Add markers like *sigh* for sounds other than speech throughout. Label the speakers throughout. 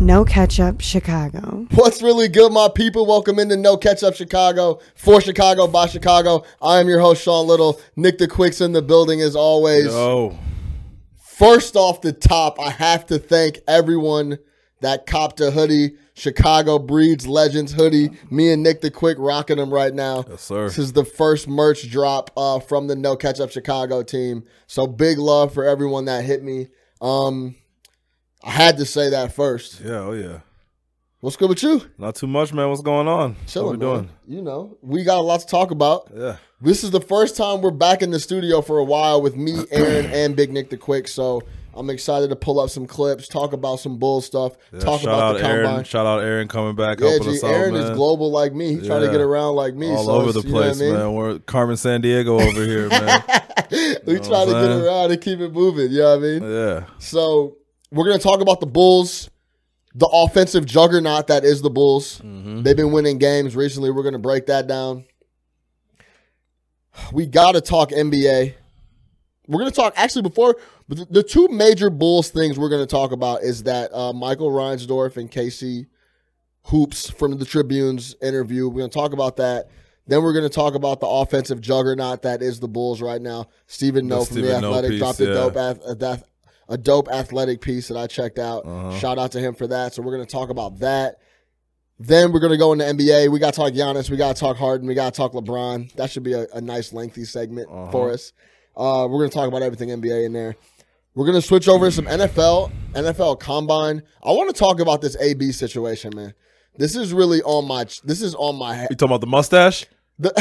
Speaker 1: No Ketchup Chicago.
Speaker 2: What's really good, my people? Welcome into No Catch Up Chicago for Chicago by Chicago. I am your host, Sean Little. Nick the Quick's in the building as always.
Speaker 3: No.
Speaker 2: First off the top, I have to thank everyone that copped a hoodie, Chicago Breeds Legends hoodie. Me and Nick the Quick rocking them right now.
Speaker 3: Yes, sir.
Speaker 2: This is the first merch drop uh, from the No Catch Up Chicago team. So big love for everyone that hit me. Um, I had to say that first.
Speaker 3: Yeah, oh yeah.
Speaker 2: What's good with you?
Speaker 3: Not too much, man. What's going on? what
Speaker 2: Chilling,
Speaker 3: we doing?
Speaker 2: man. You know, we got a lot to talk about.
Speaker 3: Yeah.
Speaker 2: This is the first time we're back in the studio for a while with
Speaker 3: *clears throat*
Speaker 2: me, Aaron, and Big Nick the Quick. So I'm excited to pull up some clips, talk about some bull stuff,
Speaker 3: Yeah,
Speaker 2: talk
Speaker 3: Shout
Speaker 2: about
Speaker 3: out
Speaker 2: the
Speaker 3: Aaron.
Speaker 2: combine.
Speaker 3: Shout out Aaron coming back,
Speaker 2: Yeah,
Speaker 3: helping
Speaker 2: G,
Speaker 3: us out,
Speaker 2: Aaron
Speaker 3: man.
Speaker 2: is global like me. He's trying to
Speaker 3: Yeah.
Speaker 2: get around like me.
Speaker 3: All
Speaker 2: so
Speaker 3: over the
Speaker 2: it's- you know what I
Speaker 3: place,
Speaker 2: mean?
Speaker 3: man. We're Carmen San Diego over here, *laughs* man.
Speaker 2: *laughs* we try to
Speaker 3: know what
Speaker 2: get
Speaker 3: I'm saying?
Speaker 2: around and keep it moving. You know what I mean?
Speaker 3: yeah.
Speaker 2: So we're gonna talk about the Bulls, the offensive juggernaut that is the Bulls.
Speaker 3: Mm-hmm.
Speaker 2: They've been winning games recently. We're gonna break that down. We gotta talk NBA. We're gonna talk actually before but the- the two major Bulls things we're gonna talk about is that uh, Michael Reinsdorf and Casey Hoops from the Tribune's interview. We're gonna talk about that. Then we're going to talk about the offensive juggernaut that is the Bulls right now. Stephen
Speaker 3: The
Speaker 2: No from the
Speaker 3: Stephen No
Speaker 2: Athletic
Speaker 3: piece,
Speaker 2: dropped a
Speaker 3: yeah.
Speaker 2: dope ath- a def- a dope athletic piece that I checked out.
Speaker 3: Uh-huh.
Speaker 2: Shout out to him for that. So we're gonna talk about that. Then we're gonna go into NBA. We gotta talk Giannis. We gotta talk Harden. We gotta talk LeBron. That should be a, a nice lengthy segment
Speaker 3: Uh-huh.
Speaker 2: for us. Uh, we're gonna talk about everything NBA in there. We're gonna switch over to some NFL, NFL Combine. I want to talk about this AB situation, man. This is really on my. ch- This is on my *laughs* head.
Speaker 3: You talking about the mustache?
Speaker 2: The-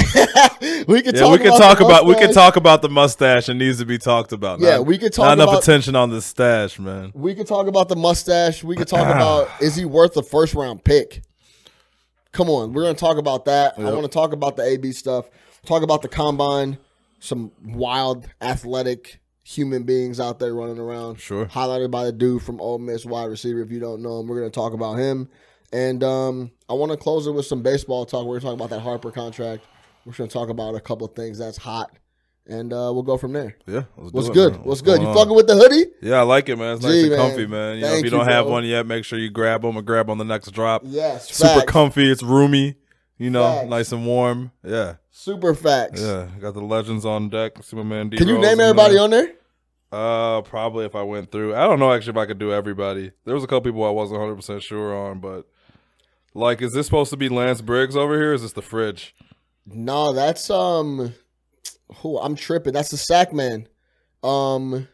Speaker 2: we can
Speaker 3: Yeah,
Speaker 2: talk.
Speaker 3: we can
Speaker 2: about
Speaker 3: talk
Speaker 2: the
Speaker 3: about we can
Speaker 2: mustache.
Speaker 3: talk about the mustache. It needs to be talked about.
Speaker 2: Yeah,
Speaker 3: Not-
Speaker 2: we could
Speaker 3: Not
Speaker 2: talk
Speaker 3: enough
Speaker 2: about-
Speaker 3: attention on the stash, man.
Speaker 2: We could talk about the mustache. We could talk
Speaker 3: *sighs*
Speaker 2: about is he worth a first round pick? Come on, we're going to talk about that. I
Speaker 3: Yep.
Speaker 2: want to talk about the AB stuff. Talk about the combine. Some wild athletic human beings out there running around.
Speaker 3: Sure.
Speaker 2: Highlighted by the dude from Ole Miss wide receiver. If you don't know him, we're going to talk about him. And um, I want to close it with some baseball talk. We're going to talk about that Harper contract. We're going to talk about a couple of things that's hot, and uh, we'll go from there.
Speaker 3: Yeah. let's do
Speaker 2: What's
Speaker 3: it,
Speaker 2: good?
Speaker 3: man.
Speaker 2: What's good?
Speaker 3: going
Speaker 2: You
Speaker 3: on?
Speaker 2: fucking with the hoodie?
Speaker 3: Yeah, I like it, man. It's nice
Speaker 2: Gee,
Speaker 3: and
Speaker 2: man.
Speaker 3: comfy, man. You know,
Speaker 2: Thank
Speaker 3: if
Speaker 2: you,
Speaker 3: you don't have
Speaker 2: bro.
Speaker 3: one yet, make sure you grab them or grab on the next drop.
Speaker 2: Yes.
Speaker 3: Super
Speaker 2: facts.
Speaker 3: comfy. It's roomy. You know,
Speaker 2: Facts.
Speaker 3: nice and warm. Yeah.
Speaker 2: Super facts.
Speaker 3: Yeah, got the legends on deck. See my man. D
Speaker 2: Can you
Speaker 3: Rose
Speaker 2: name
Speaker 3: in
Speaker 2: everybody
Speaker 3: there.
Speaker 2: on there?
Speaker 3: Uh, probably if I went through. I don't know actually if I could do everybody. There was a couple people I wasn't 100 percent sure on, but like, is this supposed to be Lance Briggs over here? or Is this the fridge?
Speaker 2: No, that's um who I'm tripping. That's the sack man. Um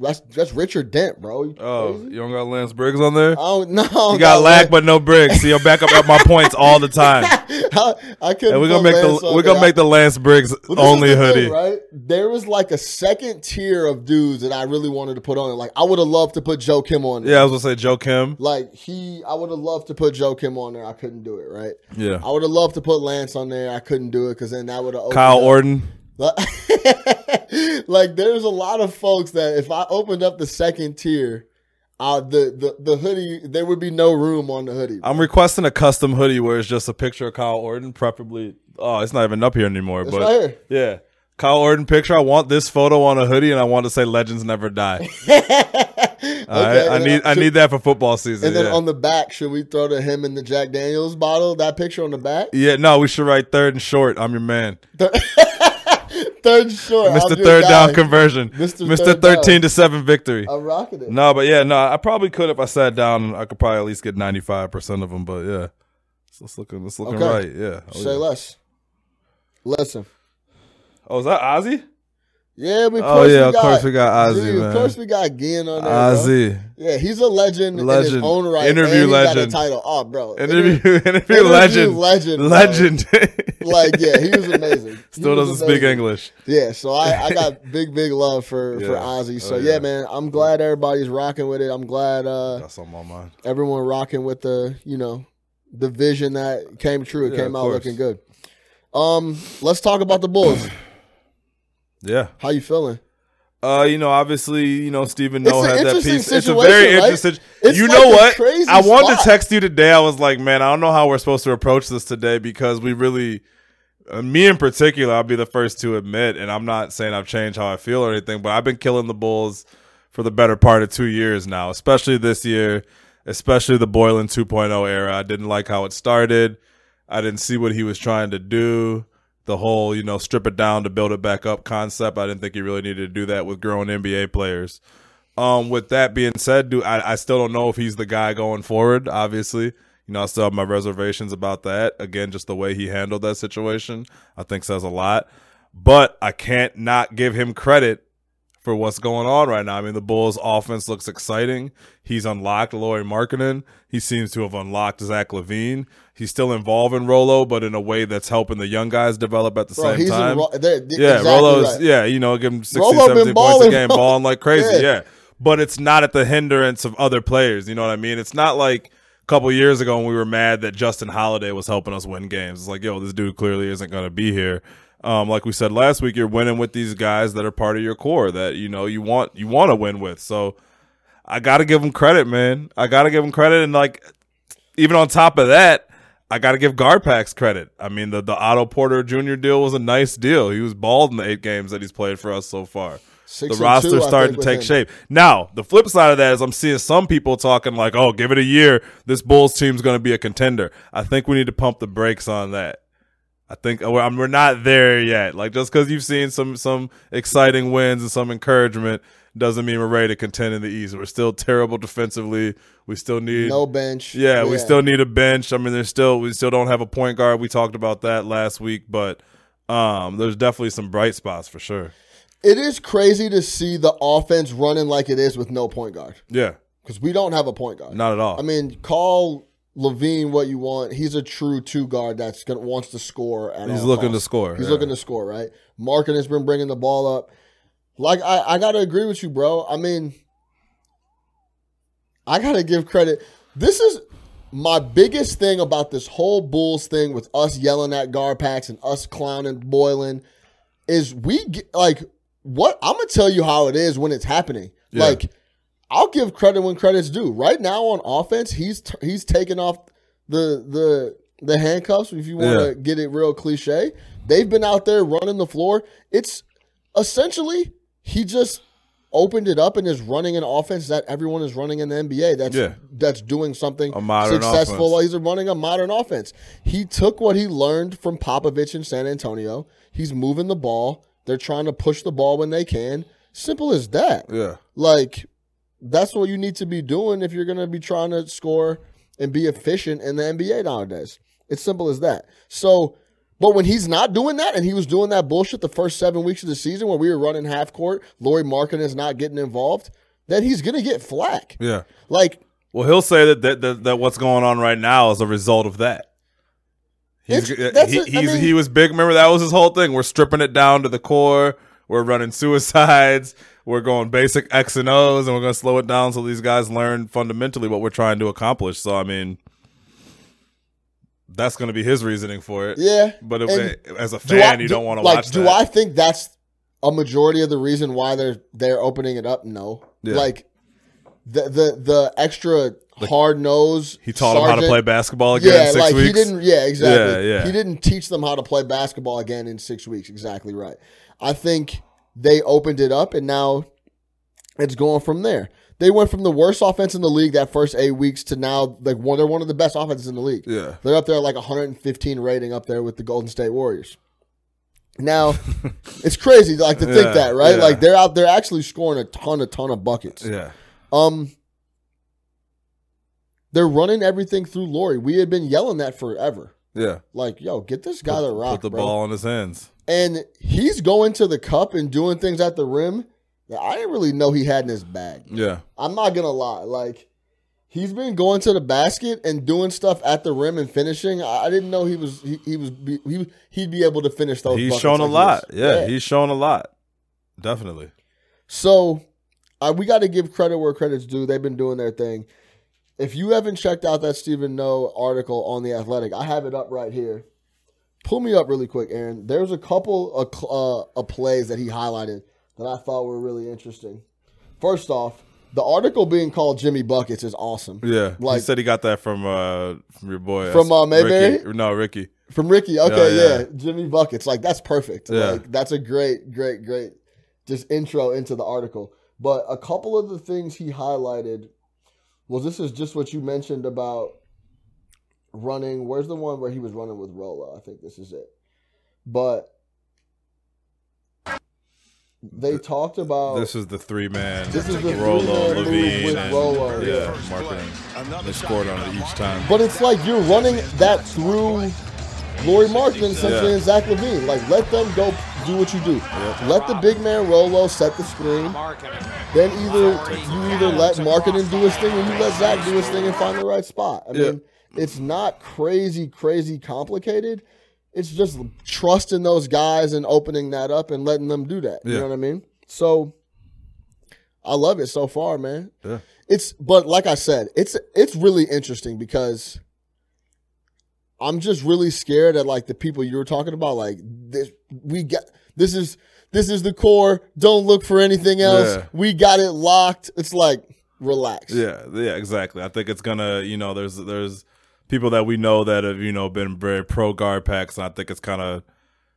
Speaker 2: that's that's Richard Dent, bro. You
Speaker 3: Oh,
Speaker 2: crazy?
Speaker 3: you don't got Lance Briggs on there.
Speaker 2: I don't *laughs* know.
Speaker 3: you got lag, but no Briggs. See, you're back up
Speaker 2: *laughs*
Speaker 3: at my points all the time.
Speaker 2: I, I couldn't.
Speaker 3: And we're
Speaker 2: *laughs*
Speaker 3: gonna
Speaker 2: put
Speaker 3: make
Speaker 2: Lance
Speaker 3: the
Speaker 2: on
Speaker 3: we're gonna
Speaker 2: there.
Speaker 3: make the Lance Briggs
Speaker 2: But this is
Speaker 3: only
Speaker 2: the thing,
Speaker 3: hoodie.
Speaker 2: right? There was like a second tier of dudes that I really wanted to put on it. Like I would have loved to put Joe Kim on. it.
Speaker 3: Yeah, I was gonna say Joe Kim.
Speaker 2: Like he, I would have loved to put Joe Kim on there. I couldn't do it. Right.
Speaker 3: Yeah,
Speaker 2: I would have loved to put Lance on there. I couldn't do it because then that would have
Speaker 3: Kyle Orton.
Speaker 2: Like, *laughs* like, there's a lot of folks that if I opened up the second tier, uh, the, the the hoodie there would be no room on the hoodie.
Speaker 3: I'm requesting a custom hoodie where it's just a picture of Kyle Orton, preferably. Oh, it's not even up here anymore.
Speaker 2: It's
Speaker 3: but
Speaker 2: right here.
Speaker 3: Yeah. Kyle Orton picture. I want this photo on a hoodie, and I want to say "Legends
Speaker 2: *laughs*
Speaker 3: Never Die." All right?
Speaker 2: Okay,
Speaker 3: *laughs* I
Speaker 2: and then-
Speaker 3: need I need that for football season.
Speaker 2: And then
Speaker 3: Yeah.
Speaker 2: on the back, should we throw to him in the Jack Daniels bottle? That picture on the back,
Speaker 3: yeah, no, we should write third and short. I'm your man,
Speaker 2: *laughs* third and short, I'm
Speaker 3: Mr.
Speaker 2: your
Speaker 3: Third
Speaker 2: guy.
Speaker 3: Down Conversion,
Speaker 2: Mr.
Speaker 3: Mr.
Speaker 2: Third Down. Uh,
Speaker 3: Thirteen to Seven Victory.
Speaker 2: I'm rocking it.
Speaker 3: No, but yeah, no, I probably could if I sat down. I could probably at least get ninety five percent of them. But yeah, so it's looking it's looking
Speaker 2: Okay.
Speaker 3: right. Yeah. Oh,
Speaker 2: Say
Speaker 3: yeah.
Speaker 2: less. Listen.
Speaker 3: oh, is that Ozzy?
Speaker 2: Yeah, we. Of
Speaker 3: Oh,
Speaker 2: course
Speaker 3: yeah,
Speaker 2: we
Speaker 3: of
Speaker 2: got,
Speaker 3: course we got Ozzy,
Speaker 2: Dude, Of
Speaker 3: man.
Speaker 2: course we got Ginn on there.
Speaker 3: Ah,
Speaker 2: bro.
Speaker 3: Ozzy,
Speaker 2: Yeah, he's a legend, in his
Speaker 3: Legend.
Speaker 2: own right.
Speaker 3: Interview
Speaker 2: and he got a
Speaker 3: legend.
Speaker 2: title. Oh, bro.
Speaker 3: interview *laughs* interview
Speaker 2: interview
Speaker 3: legend,
Speaker 2: legend, bro.
Speaker 3: legend.
Speaker 2: Like, yeah, he was
Speaker 3: *laughs*
Speaker 2: amazing. He
Speaker 3: Still
Speaker 2: was
Speaker 3: doesn't speak
Speaker 2: amazing.
Speaker 3: English.
Speaker 2: Yeah, so I, I
Speaker 3: *laughs*
Speaker 2: got big, big love for, for
Speaker 3: Yeah.
Speaker 2: Ozzy. So,
Speaker 3: Oh,
Speaker 2: yeah.
Speaker 3: yeah.
Speaker 2: man, I'm glad everybody's rocking with it. I'm glad uh,
Speaker 3: That's on my mind.
Speaker 2: everyone rocking with the, you know, the vision that came true. It
Speaker 3: Yeah,
Speaker 2: came
Speaker 3: of
Speaker 2: out
Speaker 3: course.
Speaker 2: looking good. Um, Let's talk about the
Speaker 3: *clears throat*
Speaker 2: Bulls.
Speaker 3: Yeah.
Speaker 2: How you feeling?
Speaker 3: Uh, you know, obviously, you know, Stephen
Speaker 2: It's
Speaker 3: No
Speaker 2: an
Speaker 3: had that
Speaker 2: interesting
Speaker 3: piece. It's a
Speaker 2: situation,
Speaker 3: very
Speaker 2: right?
Speaker 3: interesting.
Speaker 2: It's
Speaker 3: you
Speaker 2: like
Speaker 3: know
Speaker 2: a
Speaker 3: what?
Speaker 2: crazy
Speaker 3: I wanted
Speaker 2: spot.
Speaker 3: to text you today. I was like, man, I don't know how we're supposed to approach this today because we really, uh, me in particular, I'll be the first to admit, and I'm not saying I've changed how I feel or anything, but I've been killing the Bulls for the better part of two years now, especially this year. especially the Boylan 2.0 era. I didn't like how it started. I didn't see what he was trying to do. The whole, you know, strip it down to build it back up concept. I didn't think he really needed to do that with grown NBA players. Um, with that being said, dude, I, I still don't know if he's the guy going forward. Obviously, you know, I still have my reservations about that. Again, just the way he handled that situation, I think says a lot. But I can't not give him credit for what's going on right now. I mean, the Bulls' offense looks exciting. He's unlocked Laurie Markkinen. He seems to have unlocked Zach Levine. He's still involved in Rolo, but in a way that's helping the young guys develop at the
Speaker 2: Bro,
Speaker 3: same
Speaker 2: he's
Speaker 3: time.
Speaker 2: in. Ro- they're- they're-
Speaker 3: Yeah,
Speaker 2: exactly
Speaker 3: Rolo's
Speaker 2: right.
Speaker 3: yeah, you know, give him 16,
Speaker 2: Rolo been
Speaker 3: 17 points a
Speaker 2: balling,
Speaker 3: game,
Speaker 2: bro.
Speaker 3: balling like crazy.
Speaker 2: Yeah.
Speaker 3: Yeah. But it's not at the hindrance of other players, you know what I mean? It's not like a couple years ago when we were mad that Justin Holiday was helping us win games. It's like, yo, this dude clearly isn't gonna be here. Um, like we said last week, you're winning with these guys that are part of your core that you know you want you want to win with. So I gotta give him credit, man. I gotta give him credit, and like even on top of that, I gotta give Garpax credit. I mean, the the Otto Porter Jr. deal was a nice deal. He was bald in the eight games that he's played for us so far.
Speaker 2: Six and
Speaker 3: the roster
Speaker 2: two, I
Speaker 3: starting
Speaker 2: think,
Speaker 3: to take
Speaker 2: with him.
Speaker 3: shape. Now, the flip side of that is I'm seeing some people talking like, "Oh, give it a year. This Bulls team's going to be a contender." I think we need to pump the brakes on that. I think oh, I'm- we're not there yet. Like just because you've seen some some exciting wins and some encouragement doesn't mean we're ready to contend in the East. We're still terrible defensively. We still need
Speaker 2: No bench.
Speaker 3: yeah, we still need a bench. I mean, there's still we still don't have a point guard. We talked about that last week, but um, there's definitely some bright spots for sure.
Speaker 2: It is crazy to see the offense running like it is with no point guard
Speaker 3: Yeah,
Speaker 2: because we don't have a point guard.
Speaker 3: not at all.
Speaker 2: I mean, call Levine what you want. He's a true two guard that's gonna wants to score. At
Speaker 3: he's
Speaker 2: all
Speaker 3: looking to
Speaker 2: costs.
Speaker 3: score.
Speaker 2: He's
Speaker 3: yeah.
Speaker 2: looking to score, right? Markin has been bringing the ball up. Like I, I gotta agree with you, bro. I mean, I gotta give credit. This is my biggest thing about this whole Bulls thing with us yelling at Garpax and us clowning Boylan is we get, like what I'm gonna tell you how it is when it's happening.
Speaker 3: Yeah.
Speaker 2: Like I'll give credit when credit's due. Right now on offense, he's t- he's taking off the the the handcuffs. If you want to
Speaker 3: Yeah.
Speaker 2: get it real cliche, they've been out there running the floor. It's essentially he just opened it up and is running an offense that everyone is running in the NBA. That's
Speaker 3: Yeah.
Speaker 2: that's doing something
Speaker 3: A modern
Speaker 2: successful.
Speaker 3: offense.
Speaker 2: He's running a modern offense. He took what he learned from Popovich in San Antonio. He's moving the ball. They're trying to push the ball when they can. Simple as that.
Speaker 3: Yeah,
Speaker 2: Like that's what you need to be doing if you're going to be trying to score and be efficient in the NBA nowadays. It's simple as that. So, but when he's not doing that, and he was doing that bullshit the first seven weeks of the season where we were running half court, Lori Markin is not getting involved, then he's going to get flack.
Speaker 3: yeah.
Speaker 2: Like
Speaker 3: Well, he'll say that that, that that what's going on right now is a result of that. He's,
Speaker 2: It's- that's
Speaker 3: he,
Speaker 2: it, I
Speaker 3: he's,
Speaker 2: mean-
Speaker 3: he was big. Remember that was his whole thing. We're stripping it down to the core. We're running suicides. We're going basic X and O's, and we're going to slow it down so these guys learn fundamentally what we're trying to accomplish. So, I mean, that's going to be his reasoning for it.
Speaker 2: Yeah.
Speaker 3: But if,
Speaker 2: and
Speaker 3: as a
Speaker 2: do
Speaker 3: fan,
Speaker 2: I-
Speaker 3: you
Speaker 2: do-
Speaker 3: don't want to
Speaker 2: like,
Speaker 3: watch
Speaker 2: Do
Speaker 3: that.
Speaker 2: I think that's a majority of the reason why they're they're opening it up? No.
Speaker 3: Yeah.
Speaker 2: Like the the the extra hard nose.
Speaker 3: he taught him how to play basketball again
Speaker 2: Yeah,
Speaker 3: in six
Speaker 2: like
Speaker 3: weeks.
Speaker 2: he didn't. Yeah, exactly.
Speaker 3: Yeah, yeah.
Speaker 2: He didn't teach them how to play basketball again in six weeks. Exactly right. I think they opened it up, and now it's going from there. They went from the worst offense in the league that first eight weeks to now like one. They're one of the best offenses in the league.
Speaker 3: Yeah.
Speaker 2: They're up there like 115 rating up there with the Golden State Warriors.
Speaker 3: *laughs*
Speaker 2: Now, it's crazy like to think
Speaker 3: Yeah,
Speaker 2: that, right?
Speaker 3: yeah.
Speaker 2: Like they're out there actually scoring a ton, a ton of buckets.
Speaker 3: Yeah.
Speaker 2: Um, they're running everything through Lori. We had been yelling that forever.
Speaker 3: Yeah.
Speaker 2: Like, yo, get this guy the rock,
Speaker 3: Put the
Speaker 2: bro.
Speaker 3: ball in his hands.
Speaker 2: And he's going to the cup and doing things at the rim that I didn't really know he had in his bag.
Speaker 3: Yeah.
Speaker 2: I'm not gonna lie, like he's been going to the basket and doing stuff at the rim and finishing. I, I didn't know he was he, he was be, he he'd be able to finish those.
Speaker 3: He's
Speaker 2: buckets
Speaker 3: shown a
Speaker 2: like
Speaker 3: lot.
Speaker 2: this.
Speaker 3: Yeah, he's shown a lot. Definitely.
Speaker 2: So I, we got to give credit where credit's due. They've been doing their thing. If you haven't checked out that Stephen No article on the Athletic, I have it up right here. Pull me up really quick, Aaron. There's a couple of cl- uh, of plays that he highlighted that I thought were really interesting. First off, the article being called Jimmy Buckets is awesome.
Speaker 3: Yeah. he
Speaker 2: Like-
Speaker 3: said he got that from uh from your boy.
Speaker 2: From, uh,
Speaker 3: Ricky.
Speaker 2: Mayberry?
Speaker 3: No, Ricky.
Speaker 2: From Ricky, okay,
Speaker 3: Oh, Yeah,
Speaker 2: yeah,
Speaker 3: yeah.
Speaker 2: Jimmy Buckets, like that's perfect.
Speaker 3: Yeah.
Speaker 2: Like that's a great, great, great, just intro into the article. But a couple of the things he highlighted Well, this is just what you mentioned about running. Where's the one where he was running with Rolla? I think this is it. But they talked about
Speaker 3: This is the three man.
Speaker 2: Oh. This is the three-man
Speaker 3: Rolo,
Speaker 2: move
Speaker 3: Levine,
Speaker 2: with
Speaker 3: and
Speaker 2: Rolo.
Speaker 3: yeah, marketing. They scored on it each time.
Speaker 2: But it's like you're running that through Lori Markman, essentially,
Speaker 3: Yeah.
Speaker 2: and Zach Levine. Like, let them go do what you do. Let the big man Rolo set the screen. Then either you either let Markman do his thing, or you let Zach do his thing and find the right spot. I mean, it's not crazy, crazy complicated. It's just trusting those guys and opening that up and letting them do that. You
Speaker 3: Yeah.
Speaker 2: know what I mean? So, I love it so far, man.
Speaker 3: Yeah.
Speaker 2: It's but like I said, it's it's really interesting because I'm just really scared at like the people you were talking about. Like this, we got this is this is the core. Don't look for anything else.
Speaker 3: Yeah.
Speaker 2: We got it locked. It's like relax.
Speaker 3: Yeah, yeah, exactly. I think it's gonna, you know, there's there's people that we know that have, you know, been very pro guard packs, and I think it's kind of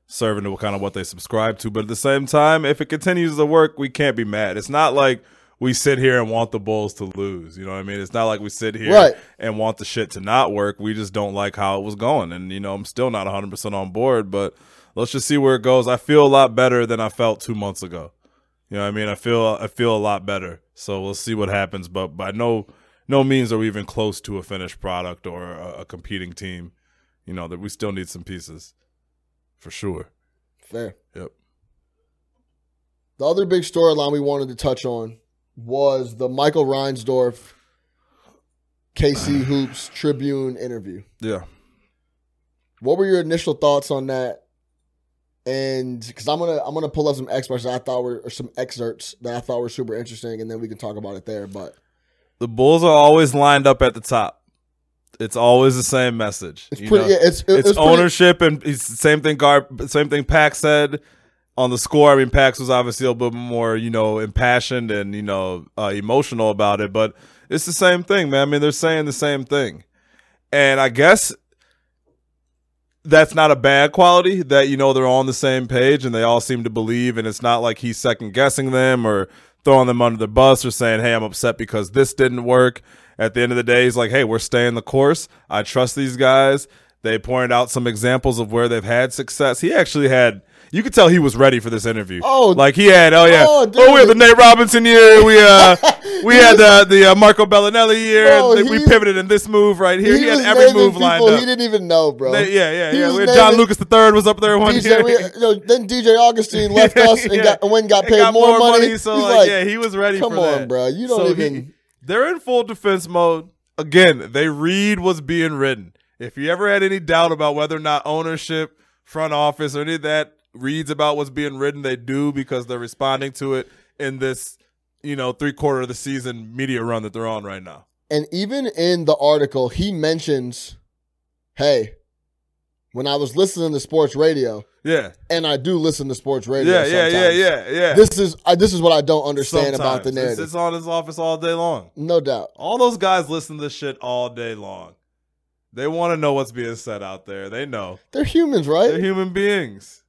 Speaker 3: serving to kind of what they subscribe to. But at the same time, if it continues to work, we can't be mad. It's not like we sit here and want the Bulls to lose. You know what I mean? It's not like we sit here
Speaker 2: Right.
Speaker 3: and want the shit to not work. We just don't like how it was going, and you know, I'm still not 100 percent on board, but. Let's just see where it goes. I feel a lot better than I felt two months ago. You know what I mean? I feel I feel a lot better. So we'll see what happens. But by no no means are we even close to a finished product or a, a competing team. You know that we still need some pieces, for sure.
Speaker 2: Fair.
Speaker 3: Yep.
Speaker 2: The other big storyline we wanted to touch on was the Michael Reinsdorf, KC Hoops Tribune interview.
Speaker 3: Yeah.
Speaker 2: What were your initial thoughts on that? And because I'm gonna I'm gonna pull up some excerpts that I thought were or some excerpts that I thought were super interesting, and then we can talk about it there. But
Speaker 3: The Bulls are always lined up at the top. It's always the same message.
Speaker 2: it's
Speaker 3: you
Speaker 2: pretty.
Speaker 3: know?
Speaker 2: yeah, it's it,
Speaker 3: it's,
Speaker 2: it's pretty-
Speaker 3: ownership and it's the same thing Gar same thing Pax said on the score. I mean Pax was obviously a little bit more, you know, impassioned and, you know, uh, emotional about it, but it's the same thing, man. I mean, they're saying the same thing. And I guess that's not a bad quality that you know they're all on the same page and they all seem to believe and it's not like he's second guessing them or throwing them under the bus or saying hey i'm upset because this didn't work at the end of the day he's like hey we're staying the course i trust these guys they pointed out some examples of where they've had success he actually had you could tell he was ready for this interview.
Speaker 2: Oh.
Speaker 3: like he had. Oh yeah.
Speaker 2: Oh,
Speaker 3: Oh,
Speaker 2: dude.
Speaker 3: we had the Nate Robinson year.
Speaker 2: *laughs*
Speaker 3: We uh, we had the the uh, Marco Bellinelli year.
Speaker 2: Bro,
Speaker 3: and th- we
Speaker 2: he-
Speaker 3: pivoted in this move right here. He, had
Speaker 2: was
Speaker 3: every
Speaker 2: naming
Speaker 3: move lined
Speaker 2: people
Speaker 3: up.
Speaker 2: He didn't even know, bro.
Speaker 3: They- yeah, yeah,
Speaker 2: He
Speaker 3: yeah.
Speaker 2: was
Speaker 3: We had John
Speaker 2: naming
Speaker 3: Lucas III was up there one
Speaker 2: DJ,
Speaker 3: year. *laughs*
Speaker 2: we- you know, then DJ Augustine left us and, got, and went and got
Speaker 3: They
Speaker 2: paid
Speaker 3: got
Speaker 2: more, money.
Speaker 3: so
Speaker 2: He's
Speaker 3: like, yeah, he was ready.
Speaker 2: come
Speaker 3: for
Speaker 2: on,
Speaker 3: that.
Speaker 2: bro. You don't
Speaker 3: So he-
Speaker 2: even.
Speaker 3: they're in full defense mode again. They read what's being written. If you ever had any doubt about whether or not ownership, front office, or any of that reads about what's being written, they do because they're responding to it in this, you know, three quarter of the season media run that they're on right now.
Speaker 2: And even in the article, he mentions, "Hey, when I was listening to sports radio,
Speaker 3: Yeah,
Speaker 2: and I do listen to sports radio.
Speaker 3: yeah, yeah, yeah,
Speaker 2: sometimes.
Speaker 3: yeah, yeah.
Speaker 2: This is I, this is what I don't understand about
Speaker 3: Sometimes.
Speaker 2: the
Speaker 3: It's-
Speaker 2: narrative.
Speaker 3: it's on his office all day long.
Speaker 2: no doubt.
Speaker 3: All those guys listen to this shit all day long. They want to know what's being said out there. They know.
Speaker 2: They're humans,
Speaker 3: They're
Speaker 2: right?
Speaker 3: human beings.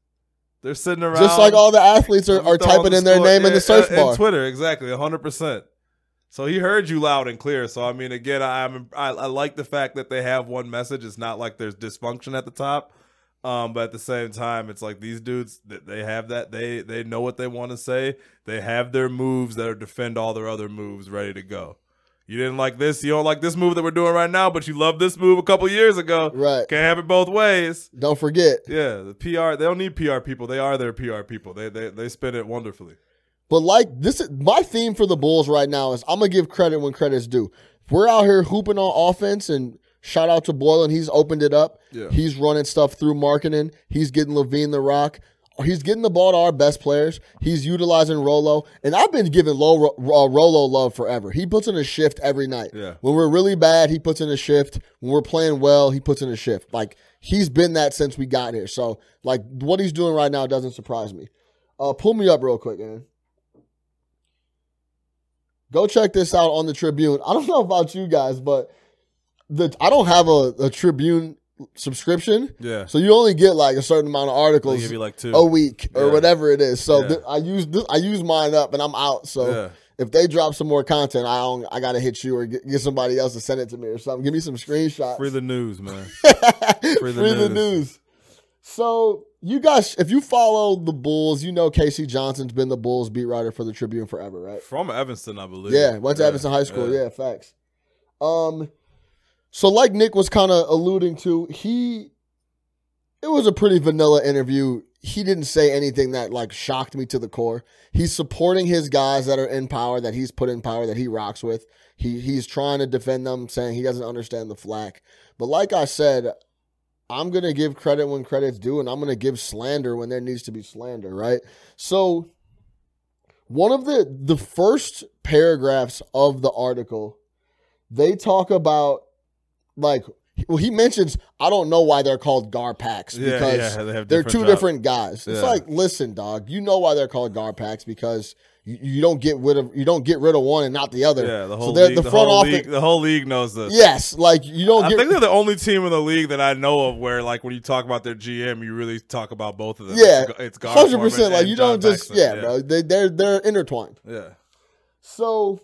Speaker 3: They're sitting around.
Speaker 2: Just like all the athletes are, are
Speaker 3: throwing
Speaker 2: typing
Speaker 3: the
Speaker 2: in their
Speaker 3: score-
Speaker 2: name in
Speaker 3: yeah,
Speaker 2: the search
Speaker 3: uh,
Speaker 2: bar.
Speaker 3: In Twitter, exactly. 100%. So he heard you loud and clear. So, I mean, again, I, I'm, I, I like the fact that they have one message. It's not like there's dysfunction at the top. Um, but at the same time, it's like these dudes that they have that they they know what they want to say. They have their moves that are defend all their other moves ready to go. You didn't like this, you don't like this move that we're doing right now, but you love this move a couple years ago.
Speaker 2: Right.
Speaker 3: Can't have it both ways.
Speaker 2: Don't forget.
Speaker 3: Yeah, the PR. They don't need PR people. They are their PR people. They they they spin it wonderfully.
Speaker 2: But like this, is, my theme for the Bulls right now is I'm gonna give credit when credit's due. We're out here hooping on offense, and shout out to Boylan. He's opened it up.
Speaker 3: Yeah.
Speaker 2: He's running stuff through marketing. He's getting Levine the rock. He's getting the ball to our best players. He's utilizing Rolo, and I've been giving Lo, uh, Rolo love forever. He puts in a shift every night.
Speaker 3: Yeah.
Speaker 2: When we're really bad, he puts in a shift. When we're playing well, he puts in a shift. Like he's been that since we got here. So like what he's doing right now doesn't surprise me. Uh, pull me up real quick, man. Go check this out on the Tribune. I don't *laughs* know about you guys, but the I don't have a, a Tribune subscription,
Speaker 3: Yeah,
Speaker 2: so you only get like a certain amount of
Speaker 3: they
Speaker 2: articles
Speaker 3: give you like two.
Speaker 2: a week or
Speaker 3: Yeah.
Speaker 2: whatever it is. So
Speaker 3: Yeah.
Speaker 2: th- I use this, I use mine up, and I'm out. So
Speaker 3: yeah.
Speaker 2: if they drop some more content, I don't, I gotta hit you or get, get somebody else to send it to me or something. Give me some screenshots. *laughs*
Speaker 3: Free the news, man.
Speaker 2: Free the news. So you guys, if you follow the Bulls, you know Casey Johnson's been the Bulls beat writer for the Tribune forever, right?
Speaker 3: From Evanston, I believe.
Speaker 2: Yeah, went to Evanston High School. Yeah, facts. Um, so like Nick was kind of alluding to, he it was a pretty vanilla interview. He didn't say anything that like shocked me to the core. He's supporting his guys that are in power, that he's put in power, that he rocks with. He he's trying to defend them, saying he doesn't understand the flack. But like I said, I'm gonna give credit when credit's due, and I'm gonna give slander when there needs to be slander, right? So one of the the first paragraphs of the article, they talk about like well, he mentions I don't know why they're called gar packs
Speaker 3: Yeah,
Speaker 2: because
Speaker 3: yeah, they have
Speaker 2: they're
Speaker 3: different
Speaker 2: two
Speaker 3: jobs.
Speaker 2: different guys. It's
Speaker 3: Yeah.
Speaker 2: like, listen, dog, you know why they're called gar packs because you, you don't get rid of you don't get rid of one and not the other.
Speaker 3: Yeah, the
Speaker 2: So
Speaker 3: whole
Speaker 2: they're-
Speaker 3: league,
Speaker 2: the
Speaker 3: the,
Speaker 2: front
Speaker 3: whole
Speaker 2: office-
Speaker 3: league, the whole league knows this.
Speaker 2: Yes, like you don't
Speaker 3: I
Speaker 2: get
Speaker 3: think they're the only team in the league that I know of where, like, when you talk about their GM, you really talk about both of them.
Speaker 2: Yeah,
Speaker 3: It's- it's Gar
Speaker 2: hundred
Speaker 3: Forman
Speaker 2: percent. Like
Speaker 3: and
Speaker 2: you don't
Speaker 3: John
Speaker 2: just
Speaker 3: Paxson.
Speaker 2: yeah, bro. They they're they're intertwined.
Speaker 3: Yeah,
Speaker 2: So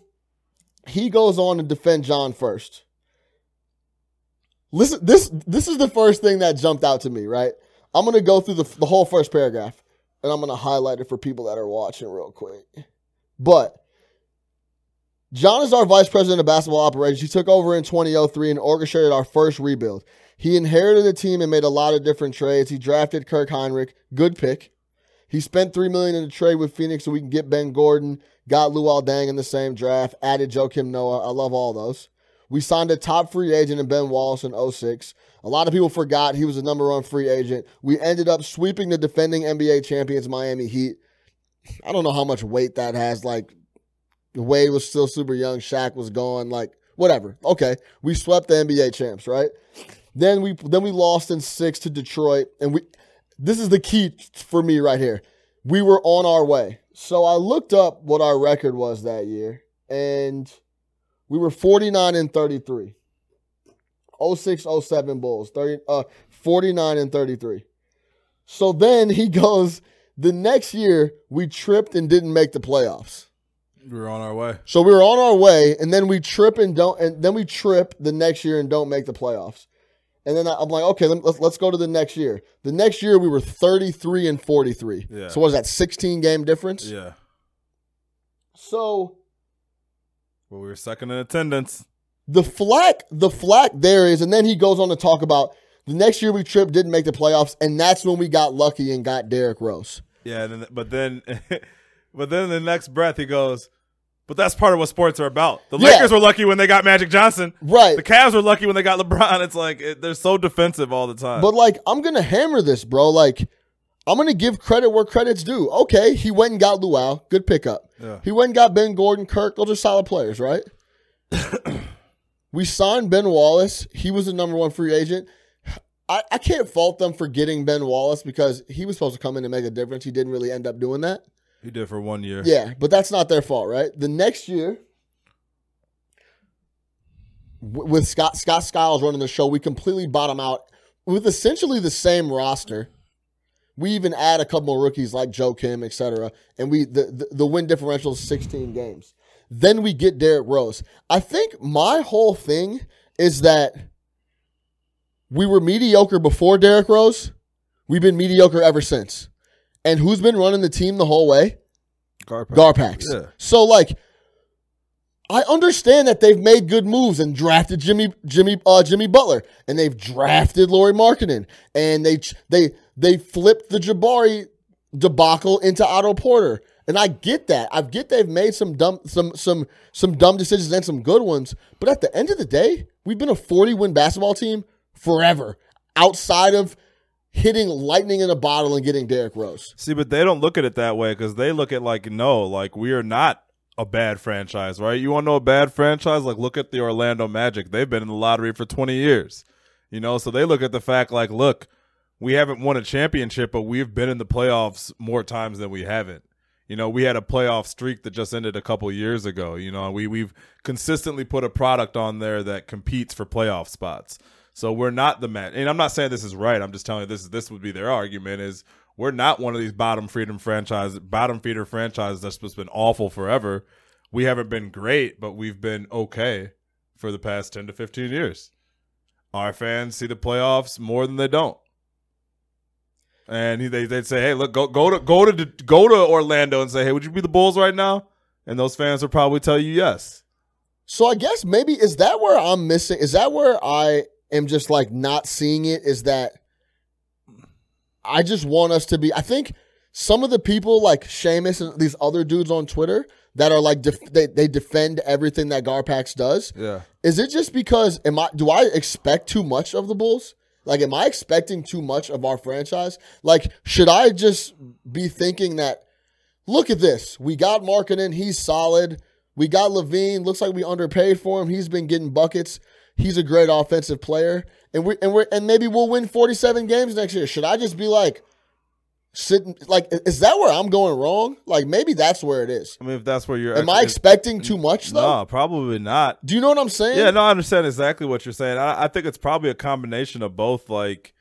Speaker 2: he goes on to defend John first. Listen, this this is the first thing that jumped out to me. Right, I'm gonna go through the the whole first paragraph, and I'm gonna highlight it for people that are watching real quick. But John is our vice president of basketball operations. He took over in 2003 and orchestrated our first rebuild. He inherited the team and made a lot of different trades. He drafted Kirk Heinrich, good pick. He spent three million in a trade with Phoenix so we can get Ben Gordon, got Luol Dang in the same draft, added Joakim Noah. I love all those. We signed a top free agent in Ben Wallace in 06. A lot of people forgot he was the number one free agent. We ended up sweeping the defending NBA champions Miami Heat. I don't know how much weight that has. Like Wade was still super young, Shaq was gone, like whatever. Okay. We swept the NBA champs, right? Then we then we lost in six to Detroit, and we this is the key for me right here. We were on our way. So I looked up what our record was that year, and we were 49 and oh 33. 06 07 Bulls, 30, uh, 49 and 33. So then he *laughs* goes, the next year we tripped and didn't make the playoffs.
Speaker 3: we were on our way.
Speaker 2: So we were on our way, and then we trip and don't, and then we trip the next year and don't make the playoffs. And then I- I'm like, okay, let- let's let's go to the next year. The next year we were 33 and 43.
Speaker 3: Yeah.
Speaker 2: So what is that 16 game difference?
Speaker 3: Yeah,
Speaker 2: So
Speaker 3: but we were second in attendance.
Speaker 2: the flack, the flack there is, and then he goes on to talk about the next year we tripped, didn't make the playoffs, and that's when we got lucky and got Derrick Rose.
Speaker 3: Yeah, and then, but then, *laughs* but then the next breath he goes, but that's part of what sports are about. The
Speaker 2: Yeah.
Speaker 3: Lakers were lucky when they got Magic Johnson.
Speaker 2: Right.
Speaker 3: The Cavs were lucky when they got LeBron. It's like it, they're so defensive all the time.
Speaker 2: But like, I'm gonna hammer this, bro. Like, I'm gonna give credit where credit's due. Okay, he went and got Luau, good pickup.
Speaker 3: Yeah.
Speaker 2: He went and got Ben Gordon, Kirk. Those are solid players, right? we signed Ben Wallace. He was the number one free agent. I, I can't fault them for getting Ben Wallace because he was supposed to come in and make a difference. He didn't really end up doing that.
Speaker 3: he did for one year.
Speaker 2: Yeah, but that's not their fault, right? The next year, w- with Scott Scott Skiles running the show, we completely bottom out with essentially the same roster. We even add a couple of rookies like Joe Kim, et cetera, and we the, the the win differential is 16 games. Then we get Derrick Rose. I think my whole thing is that we were mediocre before Derrick Rose. We've been mediocre ever since. And who's been running the team the whole way?
Speaker 3: Garpax.
Speaker 2: Garpax.
Speaker 3: Yeah.
Speaker 2: So like I understand that they've made good moves and drafted Jimmy Jimmy uh, Jimmy Butler and they've drafted Laurie Markkinen and they ch- they they flipped the Jabari debacle into Otto Porter. And I get that. I get they've made some dumb some some some dumb decisions and some good ones, but at the end of the day, we've been a 40 win basketball team forever outside of hitting lightning in a bottle and getting Derrick Rose.
Speaker 3: See, but they don't look at it that way because they look at like, no, like we are not a bad franchise, right? You want to know a bad franchise? Like, look at the Orlando Magic. They've been in the lottery for 20 years, you know. So they look at the fact like, look, we haven't won a championship, but we've been in the playoffs more times than we haven't. You know, we had a playoff streak that just ended a couple years ago. You know, we we've consistently put a product on there that competes for playoff spots. So we're not the man. And I'm not saying this is right. I'm just telling you this is this would be their argument is we're not one of these bottom freedom franchise bottom feeder franchises that's just been awful forever. we haven't been great, but we've been okay for the past 10 to 15 years. Our fans see the playoffs more than they don't. And he, they they'd say, "Hey, look, go go to go to go to Orlando and say, "Hey, would you be the Bulls right now?" And those fans would probably tell you yes.
Speaker 2: So I guess maybe is that where I'm missing? Is that where I am just like not seeing it? Is that I just want us to be? I think some of the people like Seamus and these other dudes on Twitter that are like def- they they defend everything that Garpax does.
Speaker 3: Yeah.
Speaker 2: Is it just because am I? Do I expect too much of the Bulls? Like, am I expecting too much of our franchise? Like, should I just be thinking that? Look at this. We got Markkinen. He's solid. We got Levine. Looks like we underpaid for him. He's been getting buckets. He's a great offensive player. And we and we are and maybe we'll win 47 games next year. Should I just be like sitting like i- is that where I'm going wrong? Like maybe that's where it is.
Speaker 3: I mean, if that's where you're
Speaker 2: Am I
Speaker 3: it's-
Speaker 2: expecting too much though?
Speaker 3: No, probably not.
Speaker 2: Do you know what I'm saying?
Speaker 3: Yeah, no, I understand exactly what you're saying. I, I think it's probably a combination of both. Like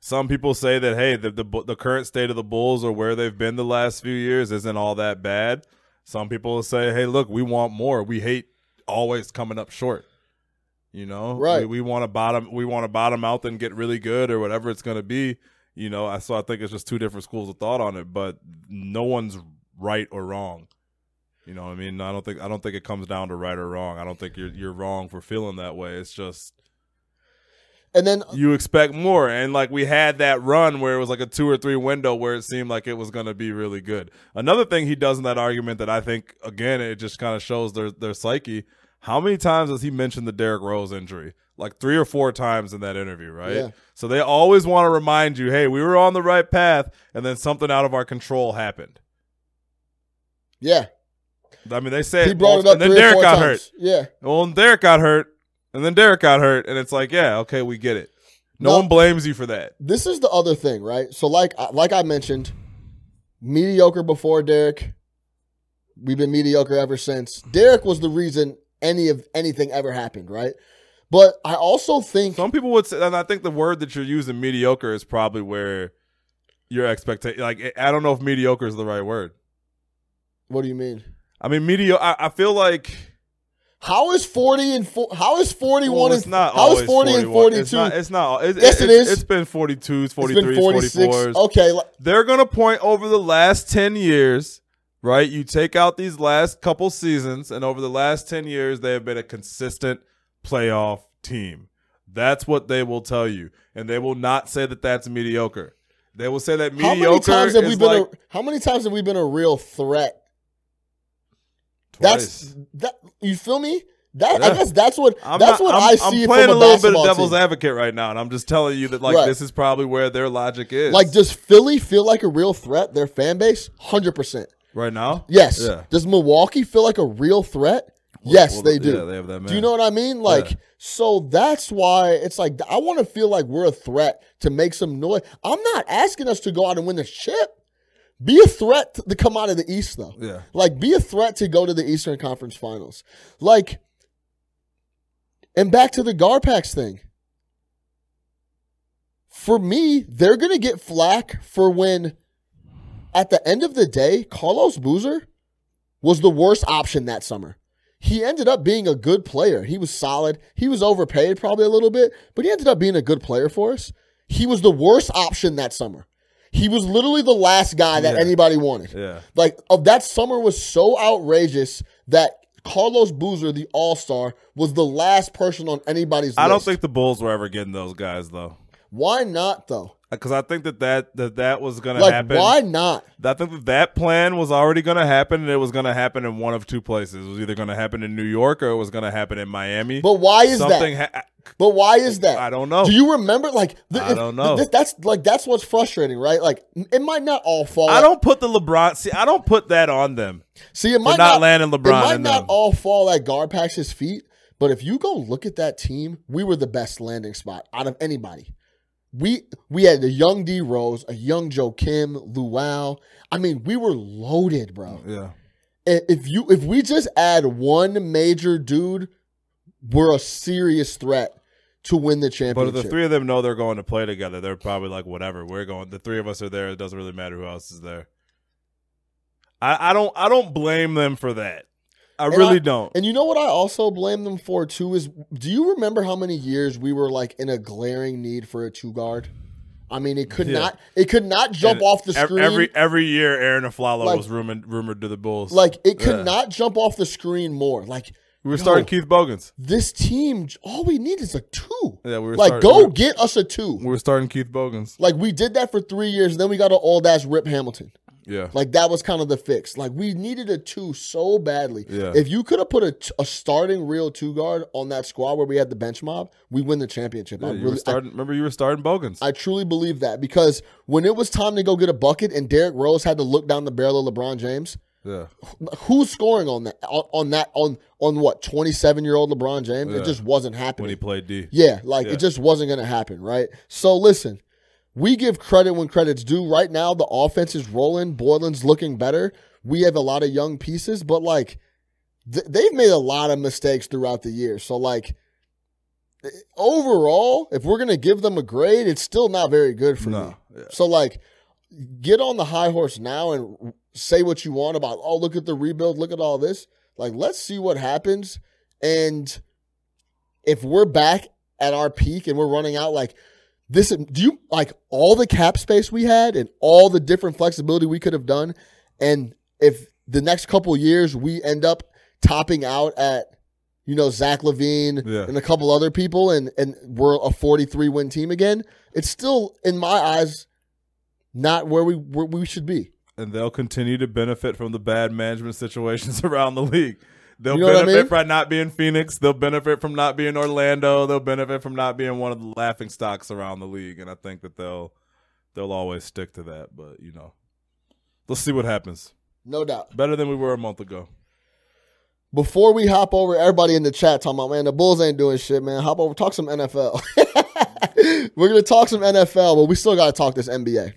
Speaker 3: some people say that hey, the, the Bu- the current state of the Bulls or where they've been the last few years isn't all that bad. Some people say, hey, look, we want more. We hate always coming up short. You know,
Speaker 2: Right.
Speaker 3: We, we want to bottom. We want to bottom out and get really good or whatever it's going to be. You know, I so I think it's just two different schools of thought on it, but no one's right or wrong. You know, what I mean, I don't think I don't think it comes down to right or wrong. I don't think you're you're wrong for feeling that way. It's just
Speaker 2: And then
Speaker 3: you expect more, and like we had that run where it was like a two or three window where it seemed like it was going to be really good. Another thing he does in that argument that I think again it just kind of shows their their psyche. How many times has he mentioned the Derrick Rose injury? Like three or four times in that interview, right?
Speaker 2: Yeah.
Speaker 3: So they always want to remind you, hey, we were on the right path, and then something out of our control happened.
Speaker 2: yeah,
Speaker 3: I mean, they said "Oh,"
Speaker 2: he brought it up
Speaker 3: and then
Speaker 2: three or
Speaker 3: Derrick
Speaker 2: four
Speaker 3: got
Speaker 2: times.
Speaker 3: hurt.
Speaker 2: Yeah.
Speaker 3: Well, and Derek got hurt, and then Derek got hurt, and it's like, yeah, okay, we get it. No,
Speaker 2: No.
Speaker 3: one blames you for that.
Speaker 2: this is the other thing, right? So like like I mentioned, mediocre before Derek. We've been mediocre ever since. Derek was the reason any of anything ever happened, right? But I also think
Speaker 3: Some people would say, and I think the word that you're using, mediocre, is probably where your expectation. Like, I don't know if mediocre is the right word.
Speaker 2: what do you mean?
Speaker 3: I mean, medio. I, I feel like
Speaker 2: How is 40 and four, how is 41
Speaker 3: well, it's
Speaker 2: and
Speaker 3: not
Speaker 2: how is
Speaker 3: always
Speaker 2: 40 and
Speaker 3: 41.
Speaker 2: 42?
Speaker 3: It's not. It's not it's,
Speaker 2: Yes, it
Speaker 3: it's-
Speaker 2: is.
Speaker 3: It's been 42s,
Speaker 2: It's
Speaker 3: 43s, 44s.
Speaker 2: Okay, like,
Speaker 3: they're going to point over the last 10 years, right? You take out these last couple seasons, and over the last 10 years, they have been a consistent playoff team. That's what they will tell you. And they will not say that that's mediocre. They will say that
Speaker 2: how
Speaker 3: mediocre
Speaker 2: many times have we
Speaker 3: is
Speaker 2: been
Speaker 3: like
Speaker 2: a, how many times have we been a real threat?
Speaker 3: twice.
Speaker 2: That's that you feel me? That
Speaker 3: Yeah.
Speaker 2: I guess that's what
Speaker 3: I'm
Speaker 2: that's
Speaker 3: not-
Speaker 2: what
Speaker 3: I'm,
Speaker 2: i see
Speaker 3: I'm
Speaker 2: from a,
Speaker 3: playing a little bit of
Speaker 2: basketball
Speaker 3: devil's
Speaker 2: team.
Speaker 3: advocate right now, and I'm just telling you that like
Speaker 2: Right.
Speaker 3: this is probably where their logic is.
Speaker 2: Like, does Philly feel like a real threat? Their fan base, hundred percent.
Speaker 3: right now,
Speaker 2: Yes.
Speaker 3: yeah.
Speaker 2: Does Milwaukee feel like a real threat? yes,
Speaker 3: Well,
Speaker 2: they do.
Speaker 3: Yeah, they have that. Man.
Speaker 2: do you know what I mean? Like, so that's why it's like I want to feel like we're a threat to make some noise. I'm not asking us to go out and win the chip. Be a threat to come out of the East, though.
Speaker 3: Yeah.
Speaker 2: Like, be a threat to go to the Eastern Conference Finals. Like, and back to the Garpax thing. For me, they're going to get flack for when, at the end of the day, Carlos Boozer was the worst option that summer. He ended up being a good player. He was solid. He was overpaid probably a little bit, but he ended up being a good player for us. He was the worst option that summer. He was literally the last guy that
Speaker 3: Yeah.
Speaker 2: anybody wanted.
Speaker 3: Yeah.
Speaker 2: Like of that summer was so outrageous that Carlos Boozer, the All Star, was the last person on anybody's.
Speaker 3: I don't
Speaker 2: list.
Speaker 3: think the Bulls were ever getting those guys though.
Speaker 2: Why not though?
Speaker 3: because I think that that that, that was going to
Speaker 2: Like
Speaker 3: happen.
Speaker 2: why not?
Speaker 3: I think that that plan was already going to happen, and it was going to happen in one of two places. It was either going to happen in New York or it was going to happen in Miami.
Speaker 2: But why is
Speaker 3: something
Speaker 2: that?
Speaker 3: ha-
Speaker 2: But why is that?
Speaker 3: I don't know.
Speaker 2: Do you remember? Like the,
Speaker 3: I don't know.
Speaker 2: th- that's like that's what's frustrating, right? Like it might not all fall.
Speaker 3: I don't put the LeBron. See, I don't put that on them.
Speaker 2: see it might
Speaker 3: not landing
Speaker 2: It
Speaker 3: LeBron
Speaker 2: might
Speaker 3: in
Speaker 2: not
Speaker 3: them.
Speaker 2: all fall at Garpax's feet. But if you go look at that team, we were the best landing spot out of anybody. We we had a young D Rose, a young Joe Kim, Luau. I mean, we were loaded, bro.
Speaker 3: Yeah,
Speaker 2: I- if you if we just add one major dude, we're a serious threat to win the
Speaker 3: but if
Speaker 2: championship.
Speaker 3: the three of them know they're going to play together, they're probably like, whatever. We're going. The three of us are there. It doesn't really matter who else is there. I, I don't. I don't blame them for that. I
Speaker 2: And
Speaker 3: really
Speaker 2: I-
Speaker 3: don't.
Speaker 2: And you know what I also blame them for too is do you remember how many years we were like in a glaring need for a two guard? I mean, it could
Speaker 3: Yeah.
Speaker 2: not it could not jump
Speaker 3: And
Speaker 2: off the
Speaker 3: ev-
Speaker 2: screen.
Speaker 3: Every every year, Aaron Aflalo
Speaker 2: Like-
Speaker 3: was rumored rumored to the Bulls.
Speaker 2: like it could
Speaker 3: Yeah.
Speaker 2: not jump off the screen more. Like
Speaker 3: we were starting
Speaker 2: yo,
Speaker 3: Keith Bogans.
Speaker 2: this team, all we need is a two.
Speaker 3: Yeah, we were
Speaker 2: like
Speaker 3: starting-
Speaker 2: go
Speaker 3: we were-
Speaker 2: get us a two.
Speaker 3: We were starting Keith Bogans.
Speaker 2: Like we did that for three years, then we got an old ass Rip Hamilton.
Speaker 3: Yeah,
Speaker 2: Like that was kind of the fix. Like we needed a two so badly.
Speaker 3: Yeah.
Speaker 2: If you could have put a, t- a starting real two guard on that squad where we had the bench mob, we win the championship.
Speaker 3: Yeah,
Speaker 2: I
Speaker 3: you were
Speaker 2: really, I,
Speaker 3: starting. remember, you were starting Bogans.
Speaker 2: I truly believe that because when it was time to go get a bucket and Derrick Rose had to look down the barrel of LeBron James,
Speaker 3: yeah,
Speaker 2: who's scoring on that on, on that on on what twenty seven year old LeBron James?
Speaker 3: Yeah.
Speaker 2: It just wasn't
Speaker 3: when
Speaker 2: happening.
Speaker 3: he played D.
Speaker 2: Yeah, like
Speaker 3: Yeah.
Speaker 2: it just wasn't going to happen, right? So listen, we give credit when credit's due. Right now, the offense is rolling. Borland's looking better. We have a lot of young pieces, but like th- they've made a lot of mistakes throughout the year. So like eh, overall, if we're going to give them a grade, it's still not very good for me.
Speaker 3: No, yeah.
Speaker 2: So like, get on the high horse now and say what you want about. Oh, look at the rebuild. Look at all this. Like, let's see what happens. And if we're back at our peak and we're running out, like this, do you like all the cap space we had and all the different flexibility we could have done? And if the next couple years we end up topping out at. You know Zach Levine
Speaker 3: Yeah.
Speaker 2: and a couple other people, and and we're a forty-three win team again. It's still, in my eyes, not where we where we should be.
Speaker 3: and they'll continue to benefit from the bad management situations *laughs* around the league. They'll
Speaker 2: You know what I
Speaker 3: benefit
Speaker 2: mean?
Speaker 3: from not being Phoenix. They'll benefit from not being Orlando. They'll benefit from not being one of the laughing stocks around the league. And I think that they'll they'll always stick to that. But you know, let's see what happens.
Speaker 2: No doubt.
Speaker 3: Better than we were a month ago.
Speaker 2: Before we hop over, everybody in the chat talking about, man, the Bulls ain't doing shit, man. Hop over, talk some NFL. *laughs* We're gonna talk some NFL, but we still gotta talk this NBA.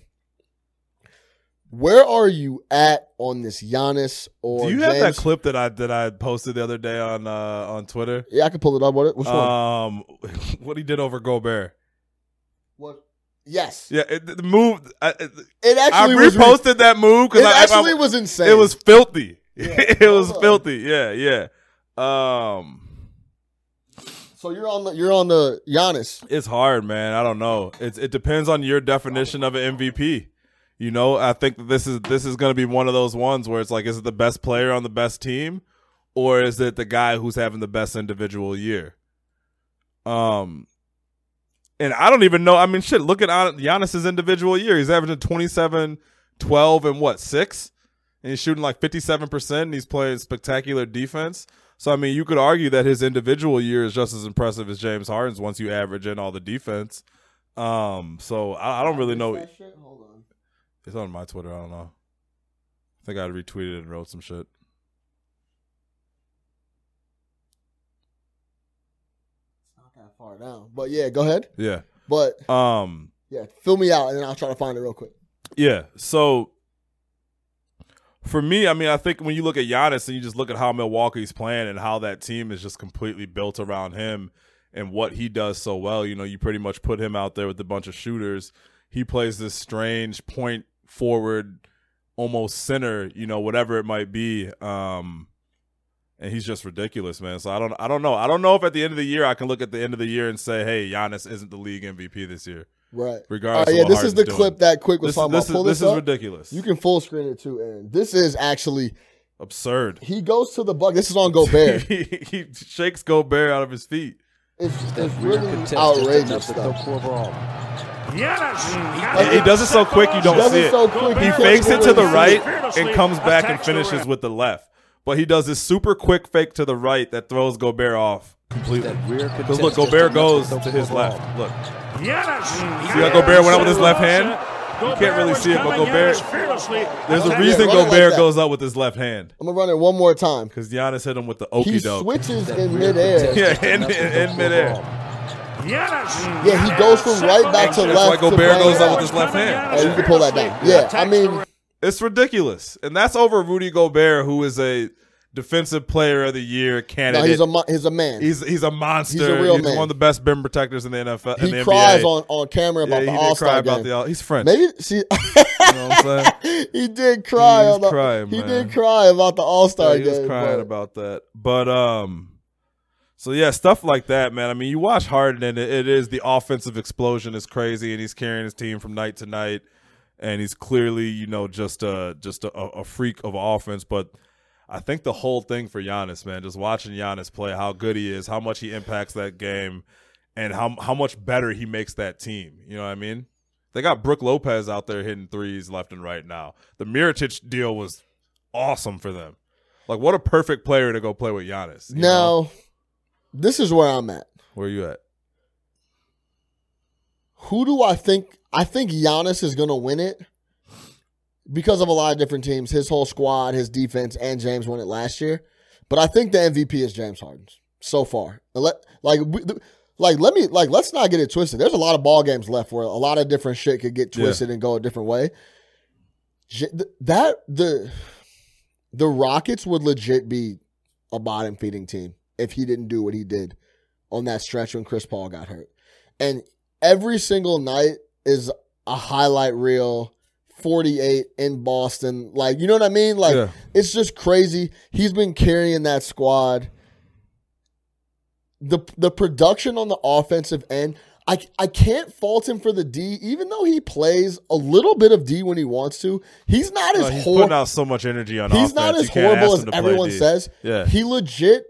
Speaker 2: Where are you at on this Giannis or
Speaker 3: Do you have that
Speaker 2: James-
Speaker 3: clip that I that I posted the other day on uh, on Twitter?
Speaker 2: Yeah, I can pull it up. What? Which one?
Speaker 3: Um, *laughs* what he did over Gobert?
Speaker 2: What? Yes,
Speaker 3: Yeah, it, the move. I, it,
Speaker 2: it
Speaker 3: I
Speaker 2: actually was.
Speaker 3: reposted that move
Speaker 2: It
Speaker 3: because I,
Speaker 2: actually
Speaker 3: I,
Speaker 2: was insane.
Speaker 3: It was filthy. *laughs*
Speaker 2: Yeah.
Speaker 3: it was
Speaker 2: Hold on.
Speaker 3: filthy. Yeah, yeah. Um,
Speaker 2: so you're on the you're on the Giannis.
Speaker 3: it's hard, man. I don't know. It's it depends on your definition of an MVP. You know, I think that this is this is going to be one of those ones where it's like, is it the best player on the best team, or is it the guy who's having the best individual year? Um, and I don't even know. I mean, shit. Look at Gian- Giannis's individual year. He's averaging 27, 12, and what six, and he's shooting like fifty seven percent. and He's playing spectacular defense. So I mean, you could argue that his individual year is just as impressive as James Harden's once you average in all the defense. Um, so I, I don't really know.
Speaker 2: Hold on.
Speaker 3: It's on my Twitter. I don't know. I think I retweeted and wrote some shit.
Speaker 2: It's not that far down, but yeah, go ahead.
Speaker 3: Yeah.
Speaker 2: But
Speaker 3: Um,
Speaker 2: yeah, fill me out, and then I'll try to find it real quick.
Speaker 3: Yeah. So for me, I mean, I think when you look at Giannis and you just look at how Milwaukee's playing and how that team is just completely built around him and what he does so well, you know, you pretty much put him out there with a bunch of shooters. He plays this strange point forward, almost center, you know, whatever it might be. Um, and he's just ridiculous, man. So I don't, I don't know. I don't know if at the end of the year I can look at the end of the year and say, "Hey, Giannis isn't the league MVP this year."
Speaker 2: Right.
Speaker 3: Regardless,
Speaker 2: All right,
Speaker 3: of
Speaker 2: Uh, yeah,
Speaker 3: what
Speaker 2: this is
Speaker 3: Harden's
Speaker 2: the
Speaker 3: doing.
Speaker 2: clip that Quick was
Speaker 3: This,
Speaker 2: talking
Speaker 3: this
Speaker 2: about. Pull
Speaker 3: is
Speaker 2: this,
Speaker 3: this is
Speaker 2: up.
Speaker 3: ridiculous.
Speaker 2: You can full screen it too, Aaron. This is actually *laughs*
Speaker 3: absurd.
Speaker 2: he goes to the bucket. This is
Speaker 3: *laughs*
Speaker 2: on Gobert.
Speaker 3: he, he shakes Gobert out of his feet.
Speaker 2: it's it's
Speaker 4: That rear
Speaker 2: really
Speaker 4: contest just
Speaker 2: outrageous
Speaker 4: enough to
Speaker 2: stuff.
Speaker 4: go for a ball.
Speaker 3: Mm. He, he does it so quick you
Speaker 2: He
Speaker 3: don't
Speaker 2: does
Speaker 3: see
Speaker 2: it
Speaker 3: it.
Speaker 2: so quick.
Speaker 3: He
Speaker 2: you can't
Speaker 3: fakes
Speaker 2: see
Speaker 3: it to the
Speaker 2: he
Speaker 3: right
Speaker 2: sees.
Speaker 3: and comes back and finishes with the left. But he does this super quick fake to the right that throws Gobert off completely.
Speaker 4: That rear
Speaker 3: Because
Speaker 4: contest
Speaker 3: look,
Speaker 4: just
Speaker 3: Gobert
Speaker 4: enough
Speaker 3: goes
Speaker 4: to go
Speaker 3: to
Speaker 4: for a
Speaker 3: his
Speaker 4: ball.
Speaker 3: left. Look,
Speaker 5: Giannis.
Speaker 3: See how Gobert went up with his left hand? You can't really see it, but Gobert- there's a
Speaker 2: Yeah,
Speaker 3: reason
Speaker 2: run it like
Speaker 3: Gobert
Speaker 2: that.
Speaker 3: goes up with his left hand
Speaker 2: I'm gonna run it one more time.
Speaker 3: because Giannis hit him with the
Speaker 2: He
Speaker 3: okey doke.
Speaker 2: switches
Speaker 4: That
Speaker 2: in
Speaker 4: rear
Speaker 2: midair.
Speaker 4: contest
Speaker 3: Yeah,
Speaker 4: just
Speaker 3: in-
Speaker 4: enough to
Speaker 3: in-
Speaker 4: go
Speaker 3: in
Speaker 4: for a
Speaker 3: midair.
Speaker 4: ball.
Speaker 5: Giannis.
Speaker 2: Yeah, he goes from right back to
Speaker 3: That's
Speaker 2: left.
Speaker 3: why Gobert
Speaker 2: to
Speaker 3: goes
Speaker 2: right.
Speaker 3: up with his left hand.
Speaker 2: Hey, you can pull that down. Yeah, I mean,
Speaker 3: It's ridiculous, and that's over Rudy Gobert, who is a defensive player of the year
Speaker 2: no,
Speaker 3: candidate.
Speaker 2: he's a mo- he's a man.
Speaker 3: He's he's a monster. He's,
Speaker 2: He's a real man.
Speaker 3: one of the best rim protectors in the NFL. in
Speaker 2: he
Speaker 3: the
Speaker 2: cries
Speaker 3: NBA.
Speaker 2: on, on camera about
Speaker 3: yeah,
Speaker 2: the
Speaker 3: he did
Speaker 2: All
Speaker 3: cry
Speaker 2: Star
Speaker 3: about
Speaker 2: game.
Speaker 3: the all. He's French.
Speaker 2: Maybe see. *laughs*
Speaker 3: You know what I'm saying?
Speaker 2: he did cry.
Speaker 3: He was
Speaker 2: on the,
Speaker 3: crying,
Speaker 2: he
Speaker 3: man.
Speaker 2: did cry about the All Star
Speaker 3: *laughs* Yeah, he
Speaker 2: game.
Speaker 3: was crying
Speaker 2: but-
Speaker 3: about that. But um, so yeah, stuff like that, man. I mean, you watch Harden, and it, it is the offensive explosion is crazy, and he's carrying his team from night to night, and he's clearly, you know, just a just a, a freak of offense. But I think the whole thing for Giannis, man, just watching Giannis play, how good he is, how much he impacts that game, and how how much better he makes that team. You know what I mean? They got Brooke Lopez out there hitting threes left and right now. The Miritich deal was awesome for them. Like, what a perfect player to go play with Giannis. you
Speaker 2: now,
Speaker 3: know?
Speaker 2: this is where I'm at.
Speaker 3: where you at?
Speaker 2: Who do I think? I think Giannis is going to win it because of a lot of different teams, his whole squad, his defense, and James won it last year. But I think the MVP is James Harden so far. And let- Like, we- th- like let me like let's not get it twisted. There's a lot of ball games left where a lot of different shit could get
Speaker 3: Yeah.
Speaker 2: twisted and go a different way. J- th- That the the Rockets would legit be a bottom feeding team if he didn't do what he did on that stretch when Chris Paul got hurt. And every single night is a highlight reel 48 in Boston. Like, you know what I mean? Like,
Speaker 3: Yeah.
Speaker 2: it's just crazy. He's been carrying that squad. The the production on the offensive end, I I can't fault him for the D, even though he plays a little bit of D when he wants to. He's not as
Speaker 3: No, he's
Speaker 2: horrible
Speaker 3: putting out so much energy on
Speaker 2: he's
Speaker 3: offense.
Speaker 2: not
Speaker 3: you
Speaker 2: as
Speaker 3: can't
Speaker 2: horrible
Speaker 3: ask
Speaker 2: as
Speaker 3: him to play
Speaker 2: everyone
Speaker 3: D.
Speaker 2: says.
Speaker 3: Yeah.
Speaker 2: He legit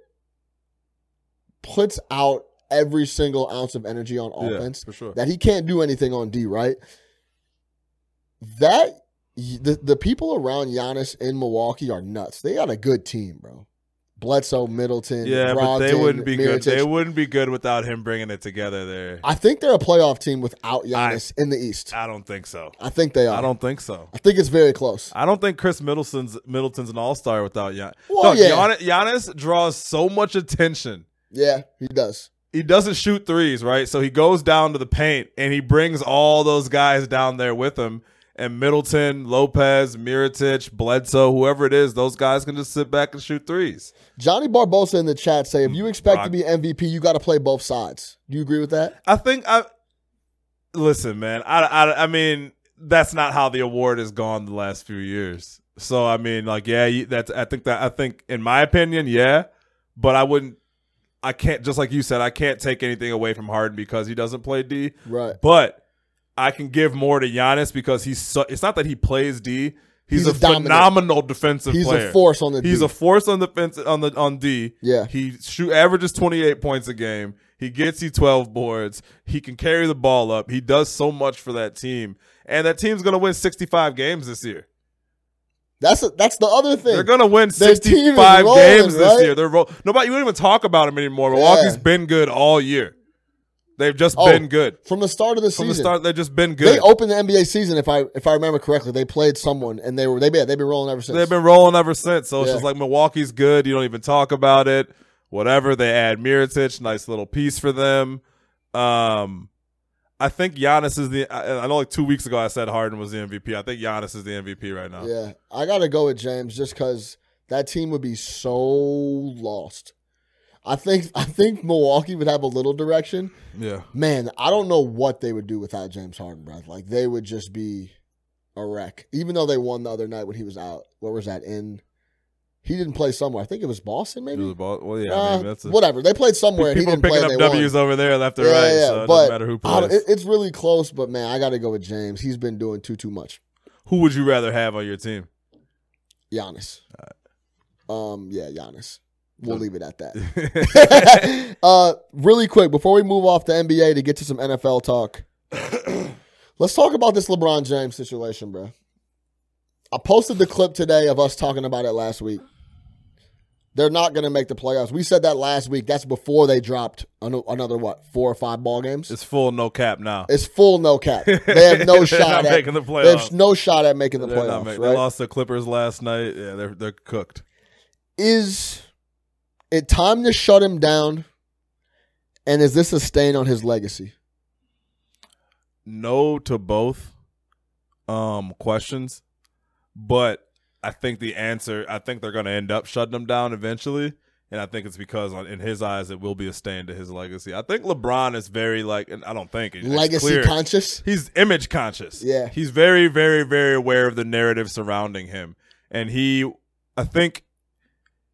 Speaker 2: puts out every single ounce of energy on
Speaker 3: Yeah,
Speaker 2: offense
Speaker 3: for sure.
Speaker 2: that he can't do anything on D, right? That the, the people around Giannis in Milwaukee are nuts. They got a good team, bro. Bledsoe, Middleton,
Speaker 3: yeah, but they
Speaker 2: Brogdon,
Speaker 3: wouldn't be good.
Speaker 2: Mirotic.
Speaker 3: They wouldn't be good without him bringing it together there.
Speaker 2: I think they're a playoff team without Giannis in the East.
Speaker 3: I don't think so.
Speaker 2: I think they are.
Speaker 3: I don't think so.
Speaker 2: I think it's very close.
Speaker 3: I don't think Chris Middleton's Middleton's an all star without Gian-
Speaker 2: Well,
Speaker 3: Dog,
Speaker 2: yeah.
Speaker 3: Giannis. Giannis draws so much attention.
Speaker 2: Yeah, he does.
Speaker 3: He doesn't shoot threes, right? So he goes down to the paint and he brings all those guys down there with him. And Middleton, Lopez, Miritich, Bledsoe, whoever it is, those guys can just sit back and shoot threes.
Speaker 2: Johnny Barbosa in the chat say, if you expect
Speaker 3: Mm, Rock-
Speaker 2: to be MVP, you got to play both sides. Do you agree with that?
Speaker 3: I think I listen, man. I, I I mean that's not how the award has gone the last few years. So I mean, like, yeah, you, that's. I think that I think in my opinion, yeah, but I wouldn't. I can't just like you said. I can't take anything away from Harden because he doesn't play D.
Speaker 2: Right.
Speaker 3: But I can give more to Giannis because he's. So, it's not that he plays D. He's,
Speaker 2: He's
Speaker 3: a,
Speaker 2: a dominant-
Speaker 3: phenomenal defensive
Speaker 2: He's
Speaker 3: player.
Speaker 2: a force on the
Speaker 3: He's
Speaker 2: D.
Speaker 3: a force on the fence on the on D.
Speaker 2: Yeah.
Speaker 3: He shoot averages 28 points a game. He gets you 12 boards. He can carry the ball up. He does so much for that team. And that team's going to win 65 games this year.
Speaker 2: that's a, that's the other thing.
Speaker 3: They're going to win
Speaker 2: Their team is
Speaker 3: 65
Speaker 2: rolling,
Speaker 3: games this
Speaker 2: right?
Speaker 3: year. They're ro- Nobody you don't even talk about them anymore. Milwaukee's been good all year. They've just
Speaker 2: Oh,
Speaker 3: been good.
Speaker 2: from the start of the season.
Speaker 3: From the start they've just been
Speaker 2: they
Speaker 3: good.
Speaker 2: opened the NBA season if I if I remember correctly. They played someone and they were they yeah, they've been rolling ever since.
Speaker 3: They've been rolling ever since. So it's
Speaker 2: Yeah.
Speaker 3: just like Milwaukee's good. You don't even talk about it. Whatever. They add Miritich, nice little piece for them. Um, I think Giannis is the. I, I know like two weeks ago I said Harden was the MVP. I think Giannis is the MVP right now.
Speaker 2: yeah, I got to go with James just cuz that team would be so lost. I think I think Milwaukee would have a little direction.
Speaker 3: Yeah.
Speaker 2: Man, I don't know what they would do without James Harden, bro. Like they would just be a wreck. Even though they won the other night when he was out. Where was that in? He didn't play somewhere. I think it was Boston, maybe.
Speaker 3: Do the ball- Well, yeah. I
Speaker 2: Uh,
Speaker 3: mean, that's a,
Speaker 2: whatever. They played somewhere. and he
Speaker 3: people
Speaker 2: didn't play.
Speaker 3: picking
Speaker 2: and
Speaker 3: up
Speaker 2: they won.
Speaker 3: W's over there left and right. so it
Speaker 2: but
Speaker 3: doesn't matter who
Speaker 2: I don't-
Speaker 3: plays.
Speaker 2: it- it's really close, but man, I got to go with James. He's been doing too too much.
Speaker 3: who would you rather have on your team? *laughs*
Speaker 2: *laughs* Giannis. Um, yeah, Giannis. We'll leave it at
Speaker 3: All
Speaker 2: that. *laughs* uh, really quick before we move off the NBA to get to some NFL
Speaker 3: *coughs*
Speaker 2: talk, let's talk about this LeBron James situation, bro. I posted the clip today of us talking about it last week. They're not going to make the playoffs. We said that last week. That's before they dropped an- another what four or five ball games.
Speaker 3: it's full no cap now.
Speaker 2: It's full no cap. They have no
Speaker 3: *laughs* They're
Speaker 2: shot
Speaker 3: not
Speaker 2: at
Speaker 3: making the
Speaker 2: They have
Speaker 3: playoffs.
Speaker 2: no shot at making the
Speaker 3: They're not
Speaker 2: playoffs.
Speaker 3: making- They
Speaker 2: right?
Speaker 3: lost the Clippers last night. Yeah, they're they're cooked.
Speaker 2: Is it time to shut him down? And is this a stain on his legacy?
Speaker 3: no to both um questions but i think the answer i think they're going to end up shutting them down eventually And I think it's because on, in his eyes, it will be a stain to his legacy. I think LeBron is very like, and I don't think it's
Speaker 2: Legacy
Speaker 3: clear.
Speaker 2: conscious.
Speaker 3: He's image conscious.
Speaker 2: Yeah.
Speaker 3: He's very, very, very aware of the narrative surrounding him. And he, I think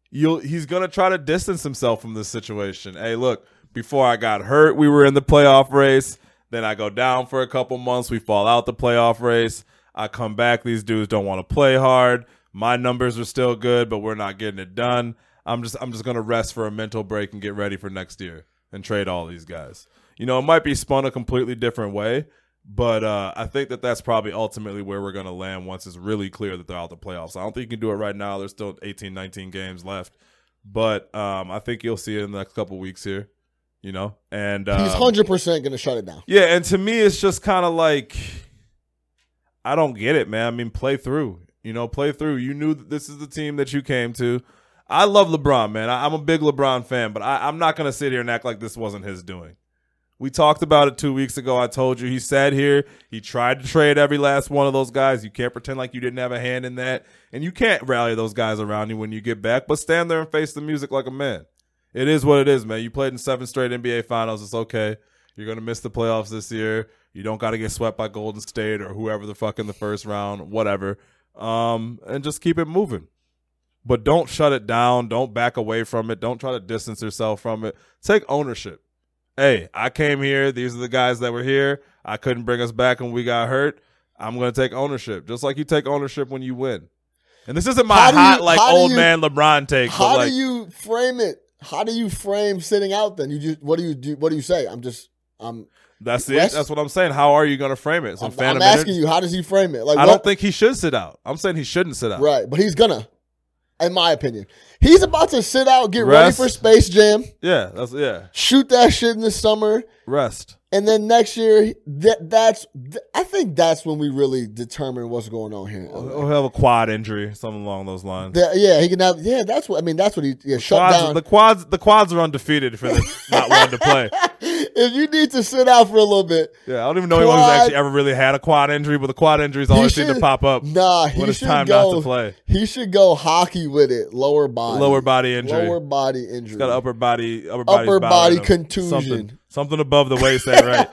Speaker 3: you'll, he's going to try to distance himself from this situation. Hey, look, before I got hurt, we were in the playoff race. Then I go down for a couple months. We fall out the playoff race. I come back. These dudes don't want to play hard. My numbers are still good, but we're not getting it done. I'm just, I'm just going to rest for a mental break and get ready for next year and trade all these guys. You know, it might be spun a completely different way, but uh, I think that that's probably ultimately where we're going to land once it's really clear that they're out the playoffs. I don't think you can do it right now. There's still 18, 19 games left. But um, I think you'll see it in the next couple weeks here, you know? And um,
Speaker 2: He's hundred percent gonna shut it down.
Speaker 3: Yeah, and to me, it's just kind of like I don't get it, man. I mean, play through. You know, play through. You knew that this is the team that you came to. I love LeBron, man. I, I'm a big LeBron fan, but I, I'm not gonna sit here and act like this wasn't his doing. We talked about it two weeks ago. I told you he sat here. He tried to trade every last one of those guys. You can't pretend like you didn't have a hand in that, and you can't rally those guys around you when you get back. But stand there and face the music like a man. It is what it is, man. You played in seven straight NBA finals. It's okay. You're gonna miss the playoffs this year. You don't got to get swept by Golden State or whoever the fuck in the first round, whatever. Um, and just keep it moving. But don't shut it down. Don't back away from it. Don't try to distance yourself from it. Take ownership. Hey, I came here. These are the guys that were here. I couldn't bring us back when we got hurt. I'm gonna take ownership, just like you take ownership when you win. And this isn't my
Speaker 2: How do you-
Speaker 3: hot like
Speaker 2: how do
Speaker 3: old
Speaker 2: you-
Speaker 3: man LeBron take. but,
Speaker 2: How
Speaker 3: like,
Speaker 2: do you frame it? How do you frame sitting out? Then you just what do you do? What do you say? I'm just I'm
Speaker 3: That's it.
Speaker 2: Wes-
Speaker 3: That's what I'm saying. How are you going to frame it? Some
Speaker 2: I'm,
Speaker 3: phantom
Speaker 2: I'm asking
Speaker 3: energy?
Speaker 2: you. How does he frame it? Like
Speaker 3: I
Speaker 2: what-
Speaker 3: don't think he should sit out. I'm saying he shouldn't sit out.
Speaker 2: right, but he's gonna. In my opinion, he's about to sit out, get ready
Speaker 3: Rest.
Speaker 2: for Space Jam,
Speaker 3: Yeah, that's yeah.
Speaker 2: shoot that shit in the summer,
Speaker 3: Rest.
Speaker 2: and then next year, that that's th- I think that's when we really determine what's going on here.
Speaker 3: He'll have a quad injury, something along those lines.
Speaker 2: That- yeah, he can have. Yeah, that's what I mean. That's what he yeah, shut
Speaker 3: Quads-
Speaker 2: down.
Speaker 3: the quads, the quads are undefeated for this not one to play.
Speaker 2: *laughs* if you need to sit out for a little bit,
Speaker 3: Yeah, I don't even know anyone who's
Speaker 2: Quad-
Speaker 3: actually ever really had a quad injury, but the quad injuries always seem to
Speaker 2: should-
Speaker 3: pop up
Speaker 2: Nah, he
Speaker 3: when it's
Speaker 2: should
Speaker 3: time
Speaker 2: go,
Speaker 3: not to play.
Speaker 2: He should go hockey with it. Lower body.
Speaker 3: Lower body injury.
Speaker 2: Lower body injury.
Speaker 3: Got an upper body, upper,
Speaker 2: Upper body
Speaker 3: body's bothering him. Something,
Speaker 2: contusion.
Speaker 3: something above the waist, that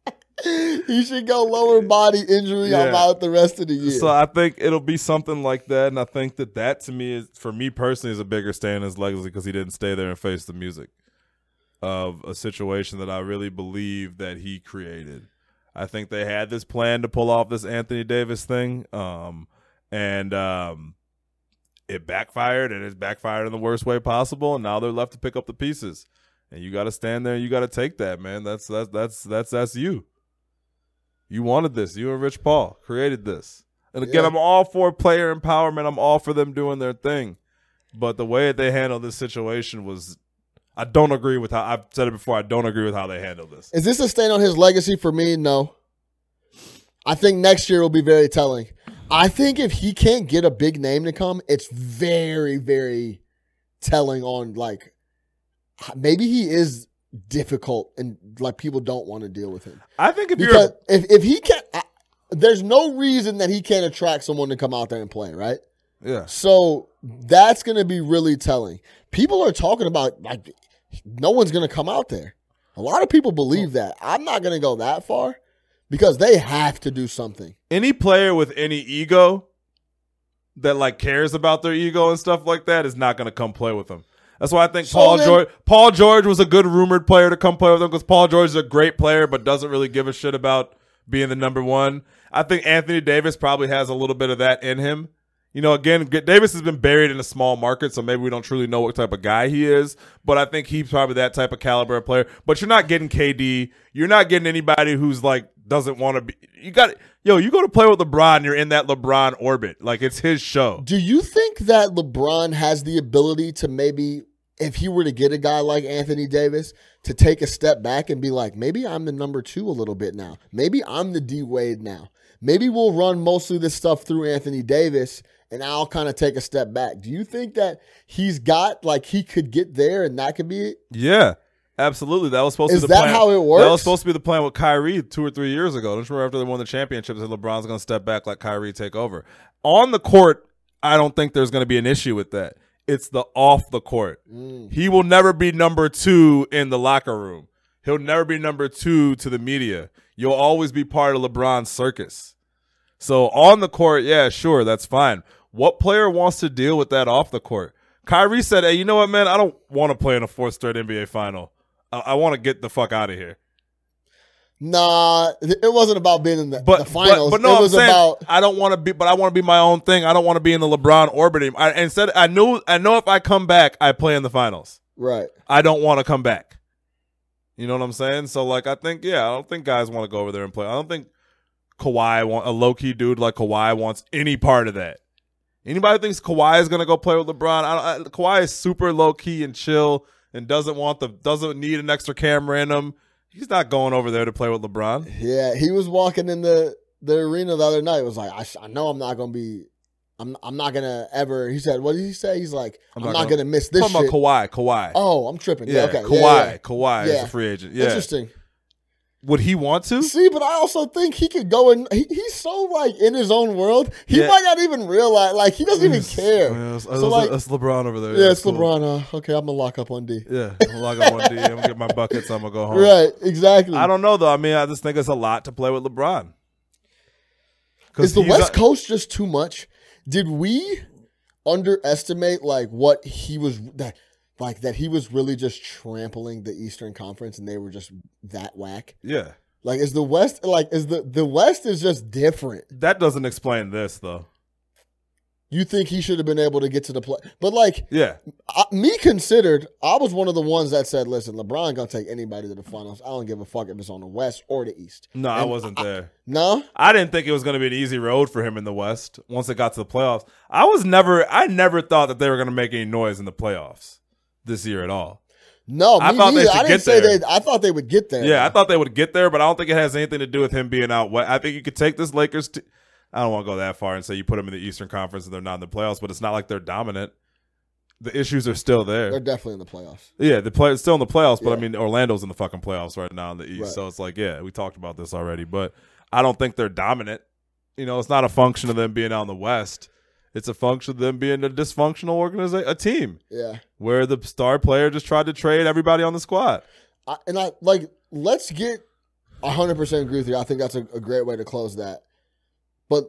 Speaker 2: *laughs*
Speaker 3: right?
Speaker 2: *laughs*
Speaker 3: *laughs*
Speaker 2: he should go lower body injury
Speaker 3: Yeah.
Speaker 2: about the rest of the year.
Speaker 3: So I think it'll be something like that, and I think that that to me is, for me personally, is a bigger stay in his legacy because he didn't stay there and face the music of a situation that I really believe that he created. I think they had this plan to pull off this Anthony Davis thing, um, and um, it backfired, and it's backfired in the worst way possible, and now they're left to pick up the pieces. And you got to stand there, and you got to take that, man. That's that's that's that's that's you. You wanted this. You and Rich Paul created this. And again,
Speaker 2: Yeah.
Speaker 3: I'm all for player empowerment. I'm all for them doing their thing. But the way that they handled this situation was, I don't agree with how I've said it before. I don't agree with how they handled this.
Speaker 2: Is this a stain on his legacy for me? No. I think next year will be very telling. I think if he can't get a big name to come, it's very, very telling on like h- maybe he is difficult and like people don't want to deal with him.
Speaker 3: I think if
Speaker 2: Because
Speaker 3: you're
Speaker 2: if, if he can't, I, there's no reason that he can't attract someone to come out there and play, right?
Speaker 3: yeah,
Speaker 2: So that's going to be really telling. People are talking about like no one's going to come out there. A lot of people believe that. I'm not going to go that far because they have to do something.
Speaker 3: any player with any ego that like cares about their ego and stuff like that is not going to come play with them. That's why I think
Speaker 2: So
Speaker 3: Paul
Speaker 2: then-
Speaker 3: George Paul George was a good rumored player to come play with them because Paul George is a great player but doesn't really give a shit about being the number one. I think Anthony Davis probably has a little bit of that in him. You know, again, G- Davis has been buried in a small market, so maybe we don't truly know what type of guy he is. But I think he's probably that type of caliber of player. But you're not getting KD. You're not getting anybody who's like doesn't want to be. You got yo. You go to play with LeBron. You're in that LeBron orbit. Like it's his show.
Speaker 2: Do you think that LeBron has the ability to maybe, if he were to get a guy like Anthony Davis, to take a step back and be like, maybe I'm the number two a little bit now. Maybe I'm the D Wade now. Maybe we'll run mostly this stuff through Anthony Davis and I'll kind of take a step back. Do you think that he's got, like, he could get there and that could be it?
Speaker 3: Yeah, absolutely. That was supposed
Speaker 2: Is
Speaker 3: to be the
Speaker 2: that
Speaker 3: plan.
Speaker 2: how it
Speaker 3: That was
Speaker 2: works?
Speaker 3: supposed to be the plan with Kyrie two or three years ago. Don't you remember after they won the championships that LeBron's going to step back, let Kyrie take over on the court. I don't think there's going to be an issue with that. It's the off the court.
Speaker 2: Mm.
Speaker 3: He will never be number two in the locker room. He'll never be number two to the media. You'll always be part of LeBron's circus. So on the court, yeah, sure, that's fine. What player wants to deal with that off the court? Kyrie said, "Hey, you know what, man? I don't want to play in a fourth straight NBA final. I, I want to get the fuck out of here."
Speaker 2: Nah, it it wasn't about being in the,
Speaker 3: but,
Speaker 2: the finals.
Speaker 3: But, but no,
Speaker 2: it was
Speaker 3: I'm saying
Speaker 2: about
Speaker 3: I don't want to be, but I want to be my own thing. I don't want to be in the LeBron orbiting. I, instead, I knew, I know if I come back, I play in the finals.
Speaker 2: right.
Speaker 3: I don't want to come back. You know what I'm saying? So like, I think, yeah, I don't think guys want to go over there and play. I don't think Kawhi want a low key dude like Kawhi wants any part of that. Anybody who thinks Kawhi is gonna go play with LeBron? I, don't- I, Kawhi is super low key and chill and doesn't want the doesn't need an extra camera in him. He's not going over there to play with LeBron.
Speaker 2: Yeah, he was walking in the the arena the other night. It was like, I, sh- I know I'm not gonna be, I'm I'm not gonna ever. He said, what did he say? He's like, I'm, not, gonna, miss this
Speaker 3: I'm talking
Speaker 2: shit.
Speaker 3: about Kawhi. Kawhi.
Speaker 2: Oh, I'm tripping. Yeah,
Speaker 3: Yeah,
Speaker 2: okay,
Speaker 3: Kawhi.
Speaker 2: yeah, yeah.
Speaker 3: Kawhi is
Speaker 2: Yeah.
Speaker 3: a free agent. Yeah.
Speaker 2: Interesting.
Speaker 3: Would he want to?
Speaker 2: See, but I also think he could go and he, he's so like in his own world. He
Speaker 3: Yeah.
Speaker 2: might not even realize. Like he doesn't even care.
Speaker 3: Yeah, that's,
Speaker 2: so like,
Speaker 3: LeBron over there.
Speaker 2: yeah, it's
Speaker 3: cool.
Speaker 2: LeBron. Uh, okay, I'm gonna lock up on D.
Speaker 3: Yeah, I'm log up one D. I'm gonna get my buckets. I'm gonna go home.
Speaker 2: Right, exactly.
Speaker 3: Oh. I don't know though. I mean, I just think it's a lot to play with LeBron. 'Cause
Speaker 2: Is the
Speaker 3: he's
Speaker 2: West
Speaker 3: a-
Speaker 2: Coast just too much? Did we underestimate like what he was that like that he was really just trampling the Eastern Conference and they were just that whack?
Speaker 3: Yeah,
Speaker 2: Like is the West like is the the West is just different.
Speaker 3: that doesn't explain this though.
Speaker 2: You think he should have been able to get to the play, but like
Speaker 3: Yeah,
Speaker 2: I, me considered, I was one of the ones that said, "Listen, LeBron gonna take anybody to the finals. I don't give a fuck if it's on the West or the East."
Speaker 3: no, I
Speaker 2: And
Speaker 3: wasn't there.
Speaker 2: No,
Speaker 3: I didn't think it was going to be an easy road for him in the West once it got to the playoffs. I was never, I never thought that they were going to make any noise in the playoffs this year at all.
Speaker 2: no,
Speaker 3: I
Speaker 2: me
Speaker 3: thought they
Speaker 2: neither.
Speaker 3: should
Speaker 2: I didn't
Speaker 3: get
Speaker 2: say
Speaker 3: there.
Speaker 2: they. I thought they would get there.
Speaker 3: Yeah, I thought they would get there, but I don't think it has anything to do with him being out. West. I think you could take this Lakers. T- I don't want to go that far and say you put them in the Eastern Conference and they're not in the playoffs, but it's not like they're dominant. The issues are still
Speaker 2: they're
Speaker 3: there.
Speaker 2: definitely in the playoffs.
Speaker 3: Yeah, the play still in the playoffs, but I
Speaker 2: Yeah.
Speaker 3: mean Orlando's in the fucking playoffs right now in the East,
Speaker 2: Right.
Speaker 3: so it's like yeah, we talked about this already, but I don't think they're dominant. You know, it's not a function of them being out in the West. It's a function of them being a dysfunctional organization, a team
Speaker 2: Yeah,
Speaker 3: where the star player just tried to trade everybody on the squad.
Speaker 2: I, and I like let's get 100% agree with you. I think that's a, a great way to close that. But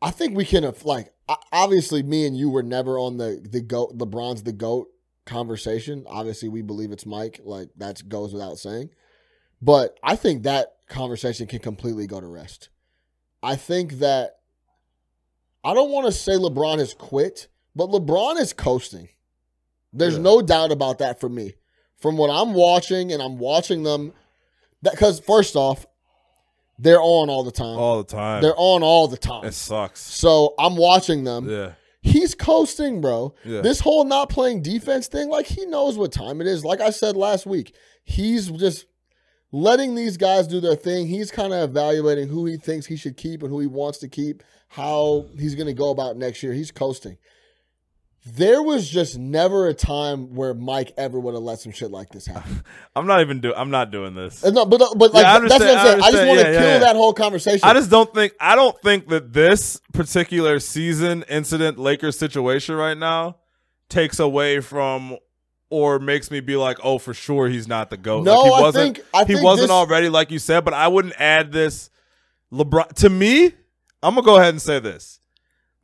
Speaker 2: I think we can have, like o- obviously me and you were never on the the goat LeBron's the goat conversation. Obviously we believe it's Mike, like that goes without saying. But I think that conversation can completely go to rest. I think that I don't want to say LeBron has quit, but LeBron is coasting. There's
Speaker 3: Yeah.
Speaker 2: no doubt about that for me. From what I'm watching and I'm watching them that cuz first off, they're on all the time.
Speaker 3: All the time.
Speaker 2: Uh-huh. They're on all the time.
Speaker 3: It sucks.
Speaker 2: So I'm watching them.
Speaker 3: Yeah.
Speaker 2: He's coasting, bro.
Speaker 3: Yeah.
Speaker 2: This whole not playing defense thing, like he knows what time it is. Like I said last week, he's just letting these guys do their thing. He's kind of evaluating who he thinks he should keep and who he wants to keep, how he's going to go about next year. He's coasting. There was just never a time where Mike ever would have let some shit like this happen.
Speaker 3: I'm not even do. I'm not doing this.
Speaker 2: Uh, no, but but like
Speaker 3: Yeah, I
Speaker 2: that's what I'm
Speaker 3: understand,
Speaker 2: saying. I,
Speaker 3: I
Speaker 2: just
Speaker 3: understand.
Speaker 2: want to
Speaker 3: Yeah, yeah,
Speaker 2: kill
Speaker 3: yeah.
Speaker 2: that whole conversation.
Speaker 3: I just don't think. I don't think that this particular season incident Lakers situation right now takes away from or makes me be like, oh, for sure he's not the goat.
Speaker 2: No,
Speaker 3: like,
Speaker 2: I
Speaker 3: he wasn't.
Speaker 2: think- I
Speaker 3: he
Speaker 2: think
Speaker 3: wasn't
Speaker 2: this-
Speaker 3: already, like you said. But I wouldn't add this. LeBron to me. I'm gonna go ahead and say this.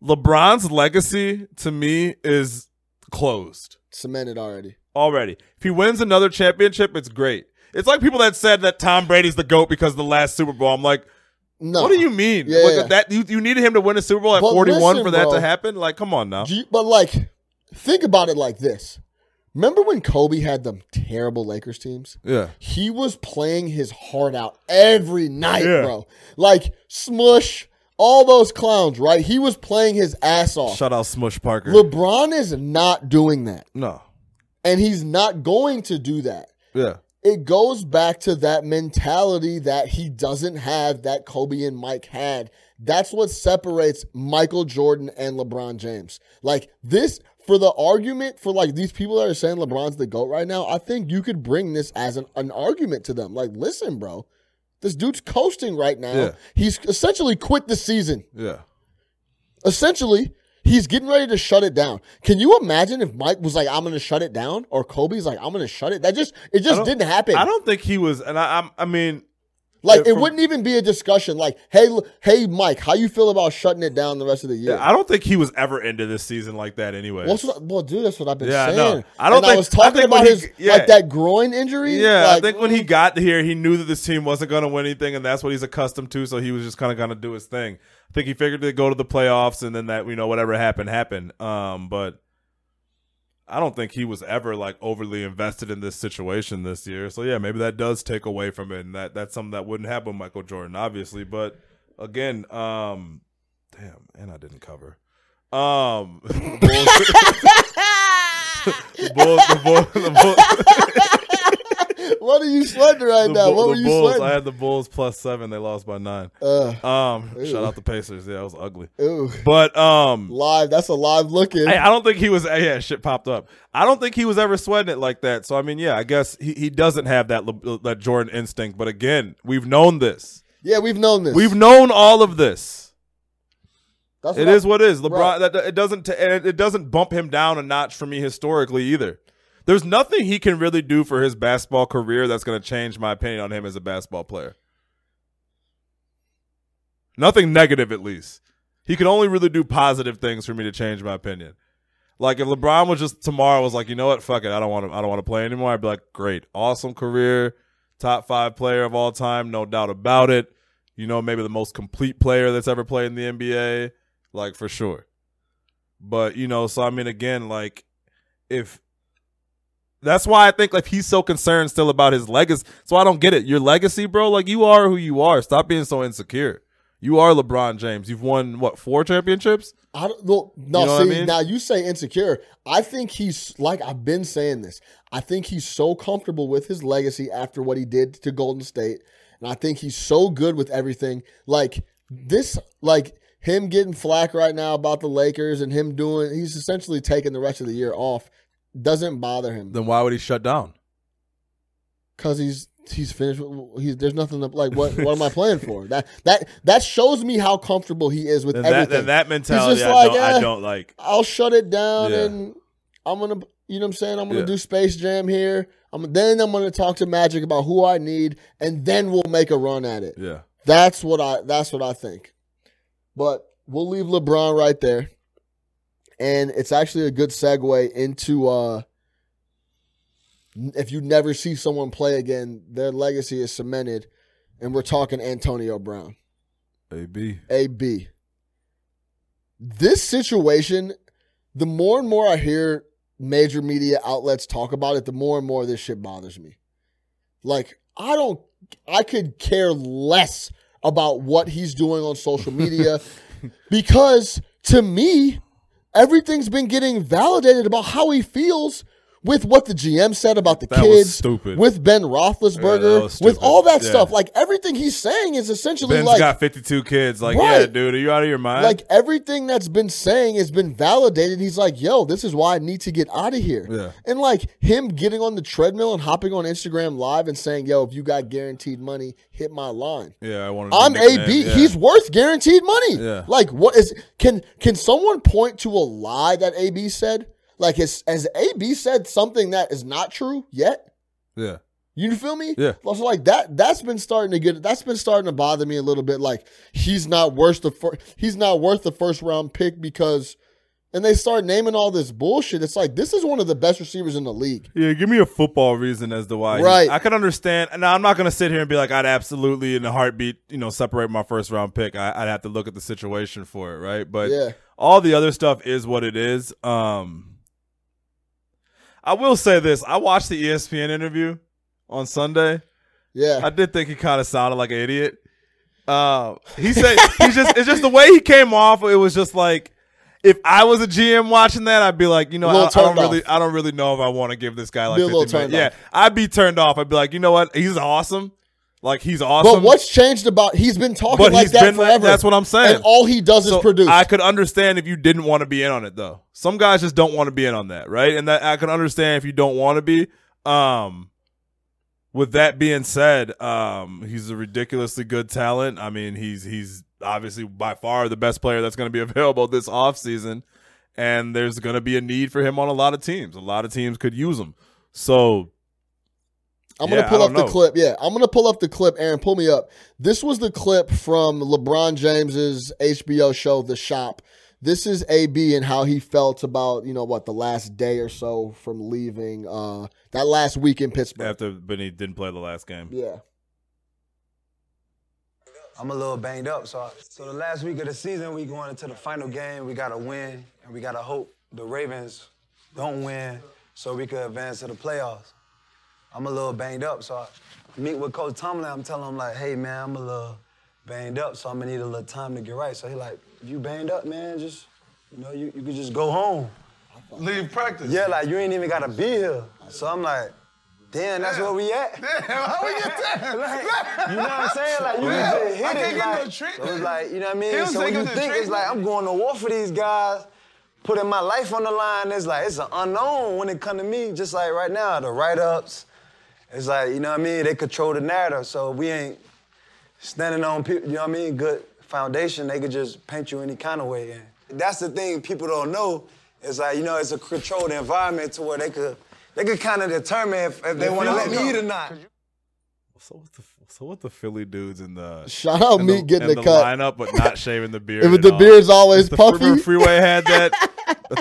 Speaker 3: LeBron's legacy to me is closed.
Speaker 2: cemented already.
Speaker 3: already. If he wins another championship, it's great. It's like people that said that Tom Brady's the goat because of the last Super Bowl. I'm like,
Speaker 2: No,
Speaker 3: what do you mean?
Speaker 2: Yeah,
Speaker 3: Like,
Speaker 2: yeah.
Speaker 3: That you, you needed him to win a Super Bowl at
Speaker 2: But
Speaker 3: 41
Speaker 2: listen,
Speaker 3: for that
Speaker 2: bro.
Speaker 3: to happen? Like, come on now.
Speaker 2: Do you- but like, think about it like this. Remember when Kobe had them terrible Lakers teams?
Speaker 3: yeah.
Speaker 2: He was playing his heart out every night,
Speaker 3: Yeah.
Speaker 2: bro. Like Smush, all those clowns, right? He was playing his ass off.
Speaker 3: Shout out Smush Parker.
Speaker 2: LeBron is not doing that,
Speaker 3: no.
Speaker 2: and he's not going to do that.
Speaker 3: Yeah.
Speaker 2: It goes back to that mentality that he doesn't have that Kobe and Mike had. That's what separates Michael Jordan and LeBron James. Like this for the argument for like these people that are saying LeBron's the GOAT right now, I think you could bring this as an, an argument to them. Like, listen, bro, this dude's coasting right now.
Speaker 3: Yeah.
Speaker 2: He's essentially quit the season.
Speaker 3: Yeah.
Speaker 2: Essentially, He's getting ready to shut it down. Can you imagine if Mike was like, "I'm going to shut it down," or Kobe's like, "I'm going to shut it"? That just it
Speaker 3: I
Speaker 2: just
Speaker 3: don't-
Speaker 2: didn't happen.
Speaker 3: I don't think he was, and I, I'm, I mean,
Speaker 2: like
Speaker 3: Yeah,
Speaker 2: it
Speaker 3: from-
Speaker 2: wouldn't even be a discussion. Like, hey, l- hey, Mike, how you feel about shutting it down the rest of the year?
Speaker 3: I don't think he was ever into this season like that anyway.
Speaker 2: What's what, well, dude, that's what I've been
Speaker 3: Yeah, I know.
Speaker 2: saying.
Speaker 3: I don't
Speaker 2: and I
Speaker 3: think-
Speaker 2: was
Speaker 3: I
Speaker 2: talking
Speaker 3: think when
Speaker 2: about
Speaker 3: he-
Speaker 2: his
Speaker 3: yeah.
Speaker 2: like that groin injury.
Speaker 3: yeah, I
Speaker 2: like,
Speaker 3: think when he got here, he knew that this team wasn't going to win anything, and that's what he's accustomed to. So he was just kind of going to do his thing. I think he figured to go to the playoffs, and then that you know whatever happened happened. Um, but I don't think he was ever like overly invested in this situation this year. So yeah, maybe that does take away from it, and that that's something that wouldn't happen with Michael Jordan, obviously. But again, um, damn, and I didn't cover. Um, *laughs* the Bulls, the Bulls, the Bulls, the Bulls.
Speaker 2: *laughs* what are you sweating right
Speaker 3: the,
Speaker 2: now?
Speaker 3: Bull-
Speaker 2: What
Speaker 3: the
Speaker 2: were you
Speaker 3: Bulls. I
Speaker 2: sweating?
Speaker 3: had the Bulls plus seven. They lost by nine.
Speaker 2: Uh,
Speaker 3: Um,
Speaker 2: Ew.
Speaker 3: shout out the Pacers. Yeah, it was ugly.
Speaker 2: ooh,
Speaker 3: But um,
Speaker 2: live. That's a live looking.
Speaker 3: I, I don't think he was. Yeah, shit popped up. I don't think he was ever sweating it like that. So I mean, yeah, I guess he, he doesn't have that Le- that Jordan instinct. But again, we've known this.
Speaker 2: yeah, we've known this.
Speaker 3: We've known all of this.
Speaker 2: That's
Speaker 3: It
Speaker 2: I-
Speaker 3: is what it is. LeBron.
Speaker 2: Right.
Speaker 3: That it doesn't. T- and it doesn't bump him down a notch for me historically either. There's nothing he can really do for his basketball career that's going to change my opinion on him as a basketball player. Nothing negative, at least. He can only really do positive things for me to change my opinion. Like if LeBron was just tomorrow was like, you know what, fuck it, I don't want to, I don't want to play anymore. I'd be like, great, awesome career, top five player of all time, no doubt about it. You know, maybe the most complete player that's ever played in the NBA, like for sure. But you know, so I mean, again, like if that's why I think like he's so concerned still about his legacy. So I don't get it. Your legacy, bro. Like you are who you are. Stop being so insecure. You are LeBron James. You've won what four championships?
Speaker 2: I don't well, no,
Speaker 3: You know what I
Speaker 2: see,
Speaker 3: mean?
Speaker 2: now you say insecure. I think he's like I've been saying this. I think he's so comfortable with his legacy after what he did to Golden State. And I think he's so good with everything. Like this like him getting flack right now about the Lakers and him doing he's essentially taking the rest of the year off doesn't bother him
Speaker 3: Then why would he shut down?
Speaker 2: because he's he's finished. with- He's there's nothing to, like what what
Speaker 3: *laughs*
Speaker 2: am I playing for? That that that shows me how comfortable he is with
Speaker 3: Then that,
Speaker 2: everything.
Speaker 3: then that mentality,
Speaker 2: He's
Speaker 3: I,
Speaker 2: just like,
Speaker 3: don't, I
Speaker 2: eh.
Speaker 3: don't like.
Speaker 2: I'll shut it down
Speaker 3: Yeah.
Speaker 2: and I'm gonna you know what I'm saying? I'm gonna
Speaker 3: Yeah.
Speaker 2: do Space Jam here. I'm then I'm gonna talk to Magic about who I need and then we'll make a run at it.
Speaker 3: Yeah,
Speaker 2: That's what I that's what I think. But we'll leave LeBron right there. And it's actually a good segue into uh n- if you never see someone play again, their legacy is cemented. And we're talking Antonio Brown.
Speaker 3: AB.
Speaker 2: AB. This situation, the more and more I hear major media outlets talk about it, the more and more this shit bothers me. Like, I don't, I could care less about what he's doing on social
Speaker 3: *laughs*
Speaker 2: media because to me, everything's been getting validated about how he feels with what the GM said about the
Speaker 3: That was
Speaker 2: kids,
Speaker 3: stupid.
Speaker 2: with Ben
Speaker 3: Yeah, that was
Speaker 2: Roethlisberger,
Speaker 3: stupid.
Speaker 2: with all that
Speaker 3: Yeah.
Speaker 2: stuff. Like, everything he's saying is essentially
Speaker 3: Ben's
Speaker 2: like,
Speaker 3: got 52 kids. Like,
Speaker 2: Right.
Speaker 3: yeah, dude, are you out of your mind?
Speaker 2: like everything that's been saying has been validated. He's like, yo, this is why I need to get out of here.
Speaker 3: Yeah.
Speaker 2: And like him getting on the treadmill and hopping on Instagram live and saying, yo, if you got guaranteed money, hit my line.
Speaker 3: yeah, I want.
Speaker 2: I'm AB. He's worth guaranteed money.
Speaker 3: Yeah.
Speaker 2: Like, what is? Can can someone point to a lie that AB said? Like, has has AB said something that is not true yet?
Speaker 3: yeah.
Speaker 2: You feel me?
Speaker 3: Yeah.
Speaker 2: Also, like that. That's been starting to get. That's been starting to bother me a little bit. Like he's not worth the. Fir- he's not worth the first round pick because, and they start naming all this bullshit. It's like this is one of the best receivers in the league.
Speaker 3: Yeah, give me a football reason as to why.
Speaker 2: Right.
Speaker 3: I can understand. And I'm not going to sit here and be like, I'd absolutely, in a heartbeat, you know, separate my first round pick. I, I'd have to look at the situation for it, right? But
Speaker 2: Yeah.
Speaker 3: all the other stuff is what it is. Um, I will say this I watched the E ESPN interview on Sunday.
Speaker 2: Yeah.
Speaker 3: I did think he kind of sounded like an idiot. Uh, he said he's just it's just the way he came off. It was just like if I was a GM watching that, I'd be like, you know,
Speaker 2: A
Speaker 3: I,
Speaker 2: little
Speaker 3: don't- I don't
Speaker 2: turned
Speaker 3: really
Speaker 2: off.
Speaker 3: I don't really know if I want to give this guy like
Speaker 2: Be a little
Speaker 3: 50 minutes.
Speaker 2: turned
Speaker 3: Yeah,
Speaker 2: off.
Speaker 3: I'd be turned off. I'd be like, you know what? He's awesome. Like he's awesome.
Speaker 2: but what's changed about? He's been talking
Speaker 3: But
Speaker 2: like
Speaker 3: he's
Speaker 2: that
Speaker 3: been like-
Speaker 2: forever.
Speaker 3: that's what I'm saying.
Speaker 2: And all he does
Speaker 3: So
Speaker 2: is produce.
Speaker 3: I could understand if you didn't want to be in on it though. Some guys just don't want to be in on that, right? And that I can understand if you don't want to be. Um with that being said, um he's a ridiculously good talent. I mean, he's he's obviously by far the best player that's going to be *laughs* available this offseason. And there's going to be a need for him on a lot of teams. A lot of teams could use him. So
Speaker 2: I'm
Speaker 3: Yeah,
Speaker 2: gonna pull
Speaker 3: I
Speaker 2: up
Speaker 3: don't
Speaker 2: the
Speaker 3: know.
Speaker 2: clip. Yeah, I'm gonna pull up the clip. Aaron, pull me up. This was the clip from LeBron James's HBO show, The Shop. This is AB and how he felt about you know what the last day or so from leaving uh that last week in Pittsburgh.
Speaker 3: after Benny didn't play the last game,
Speaker 2: Yeah,
Speaker 4: I'm a little banged up, so I, so the last week of the season, we going into the final game. We gotta win, and we gotta hope the Ravens don't win, so we could advance to the playoffs. I'm a little banged up, so I meet with Coach Tomlin. I'm telling him like, hey man, I'm a little banged up, so I'm gonna need a little time to get right. So he like, if you banged up, man, just you know, you, you could just go home.
Speaker 6: Leave practice.
Speaker 4: Yeah, like you ain't even gotta be here. So I'm like, damn, that's where we at.
Speaker 6: Damn, how we get that?
Speaker 4: *laughs* Like, you know what I'm saying?
Speaker 6: *laughs*
Speaker 4: Like, you
Speaker 6: Yeah.
Speaker 4: just hit
Speaker 6: I can't
Speaker 4: it.
Speaker 6: get
Speaker 4: like,
Speaker 6: no treat-
Speaker 4: so it's like, you know what I mean?
Speaker 6: He don't
Speaker 4: so when
Speaker 6: take
Speaker 4: you
Speaker 6: us to
Speaker 4: think it's
Speaker 6: treatment.
Speaker 4: like, I'm going to war for these guys, putting my life on the line, it's like, it's an unknown when it come to me. Just like right now, the write-ups, it's like, you know what I mean? They control the narrative, so we ain't standing on, people, you know what I mean, good foundation. They could just paint you any kind of way in. That's the thing people don't know. It's like, you know, it's a controlled environment to where they could, they could kind of determine if, if they want to let me eat or not.
Speaker 3: so what the so what the Philly dudes in the
Speaker 2: Shout out
Speaker 3: in
Speaker 2: Meek getting
Speaker 3: in
Speaker 2: the cut.
Speaker 3: lineup, but not shaving the beard.
Speaker 2: *laughs* If
Speaker 3: at
Speaker 2: the
Speaker 3: all.
Speaker 2: beard's always
Speaker 3: the
Speaker 2: puffy.
Speaker 3: River Freeway had that. I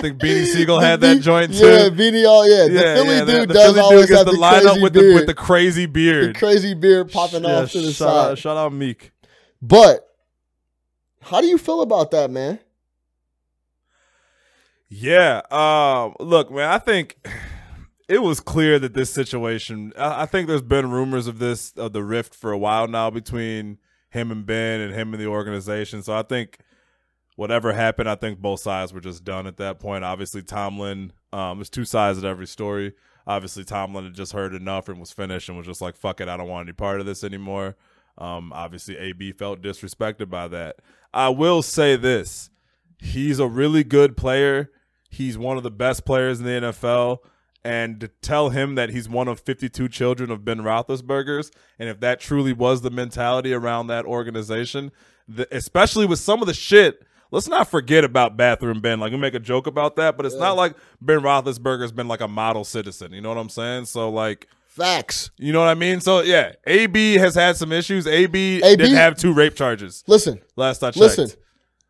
Speaker 2: *laughs*
Speaker 3: think Beanie Siegel had that joint too.
Speaker 2: Yeah, Beanie all yeah. The
Speaker 3: Yeah,
Speaker 2: Philly
Speaker 3: yeah,
Speaker 2: dude
Speaker 3: the
Speaker 2: does
Speaker 3: Philly dude
Speaker 2: always
Speaker 3: gets
Speaker 2: have the,
Speaker 3: the lineup
Speaker 2: crazy
Speaker 3: with the
Speaker 2: beard,
Speaker 3: with the crazy beard.
Speaker 2: crazy beard popping
Speaker 3: Yeah,
Speaker 2: off to the
Speaker 3: shout
Speaker 2: side.
Speaker 3: out, shout out Meek.
Speaker 2: But how do you feel about that, man?
Speaker 3: Yeah. Um, look, man, I think *sighs* it was clear that this situation, I, I think there's been rumors of this, of the rift for a while now between him and Ben and him and the organization. So I think whatever happened, I think both sides were just done at that point. Obviously, Tomlin, um, there's two sides to every story. Obviously, Tomlin had just heard enough and was finished and was just like, fuck it, I don't want any part of this anymore. Um, obviously, AB felt disrespected by that. I will say this he's a really good player. He's one of the best players in the NFL. And to tell him that he's one of 52 children of Ben Roethlisberger's, and if that truly was the mentality around that organization, the, especially with some of the shit, let's not forget about Bathroom Ben. Like, we make a joke about that, but it's not like Ben Roethlisberger's been like a model citizen. You know what I'm saying? So, like,
Speaker 2: Facts.
Speaker 3: you know what I mean? So, yeah, AB has had some issues. AB,
Speaker 2: AB
Speaker 3: didn't have two rape charges
Speaker 2: Listen,
Speaker 3: last I checked.
Speaker 2: listen.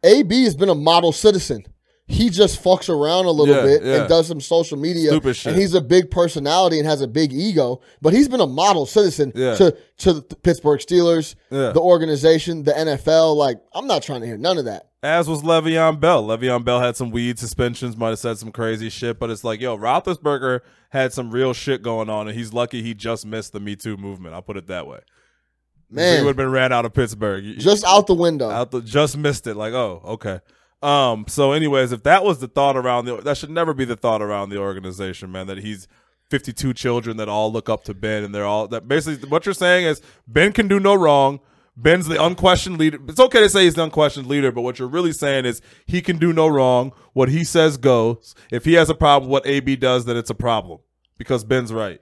Speaker 2: AB has been a model citizen. He just fucks around a little
Speaker 3: Yeah,
Speaker 2: bit
Speaker 3: yeah.
Speaker 2: and does some social media,
Speaker 3: Stupid shit.
Speaker 2: and he's a big personality and has a big ego. But he's been a model citizen
Speaker 3: Yeah.
Speaker 2: to to the Pittsburgh Steelers,
Speaker 3: Yeah.
Speaker 2: the organization, the NFL. Like, I'm not trying to hear none of that.
Speaker 3: As was Le'Veon Bell. Le'Veon Bell had some weed suspensions, might have said some crazy shit, but it's like, yo, Roethlisberger had some real shit going on, and he's lucky he just missed the Me Too movement. I'll put it that way. he
Speaker 2: Man,
Speaker 3: would have been ran out of Pittsburgh. You-
Speaker 2: just out the window.
Speaker 3: out the, just missed it. Like, oh, okay. Um. So, anyways, if that was the thought around the, that should never be the thought around the organization, man. That he's 52 children that all look up to Ben, and they're all that. Basically, what you're saying is Ben can do no wrong. Ben's the unquestioned leader. It's okay to say he's the unquestioned leader, but what you're really saying is he can do no wrong. What he says goes. If he has a problem, what AB does, then it's a problem because Ben's right.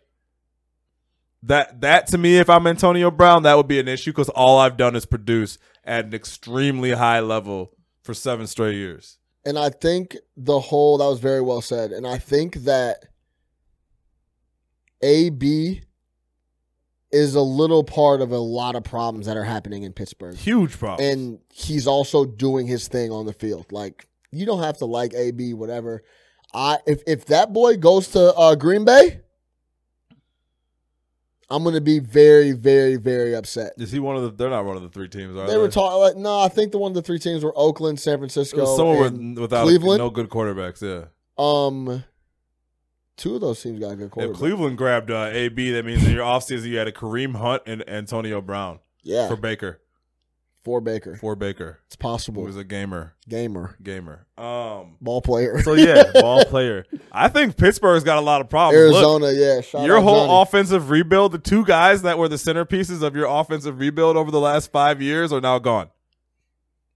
Speaker 3: That that to me, if I'm Antonio Brown, that would be an issue because all I've done is produce at an extremely high level for seven straight years.
Speaker 2: And I think the whole that was very well said. And I think that AB is a little part of a lot of problems that are happening in Pittsburgh.
Speaker 3: Huge problem.
Speaker 2: And he's also doing his thing on the field. Like you don't have to like AB whatever. I if if that boy goes to uh, Green Bay, I'm going to be very very very upset.
Speaker 3: Is he one of the? They're not one of the three teams, are they?
Speaker 2: They were talking like no, I think the one of the three teams were Oakland, San
Speaker 3: It
Speaker 2: Francisco,
Speaker 3: was somewhere
Speaker 2: and
Speaker 3: with, without
Speaker 2: Cleveland.
Speaker 3: no good quarterbacks. Yeah.
Speaker 2: Um, two of those teams got a good
Speaker 3: If
Speaker 2: quarterback.
Speaker 3: Cleveland grabbed uh, AB, that means in your offseason you had a Kareem Hunt and Antonio Brown
Speaker 2: Yeah,
Speaker 3: for
Speaker 2: for,
Speaker 3: Baker.
Speaker 2: Baker,
Speaker 3: For Baker,
Speaker 2: it's
Speaker 3: who
Speaker 2: possible.
Speaker 3: was a gamer,
Speaker 2: Gamer,
Speaker 3: gamer. Um.
Speaker 2: ball player.
Speaker 3: So yeah, ball player. I think Pittsburgh's got a lot of problems. Look,
Speaker 2: *laughs* Arizona, yeah. Shout
Speaker 3: your
Speaker 2: out
Speaker 3: whole
Speaker 2: Johnny.
Speaker 3: offensive rebuild, the two guys that were the centerpieces of your offensive rebuild over the last five years are now gone.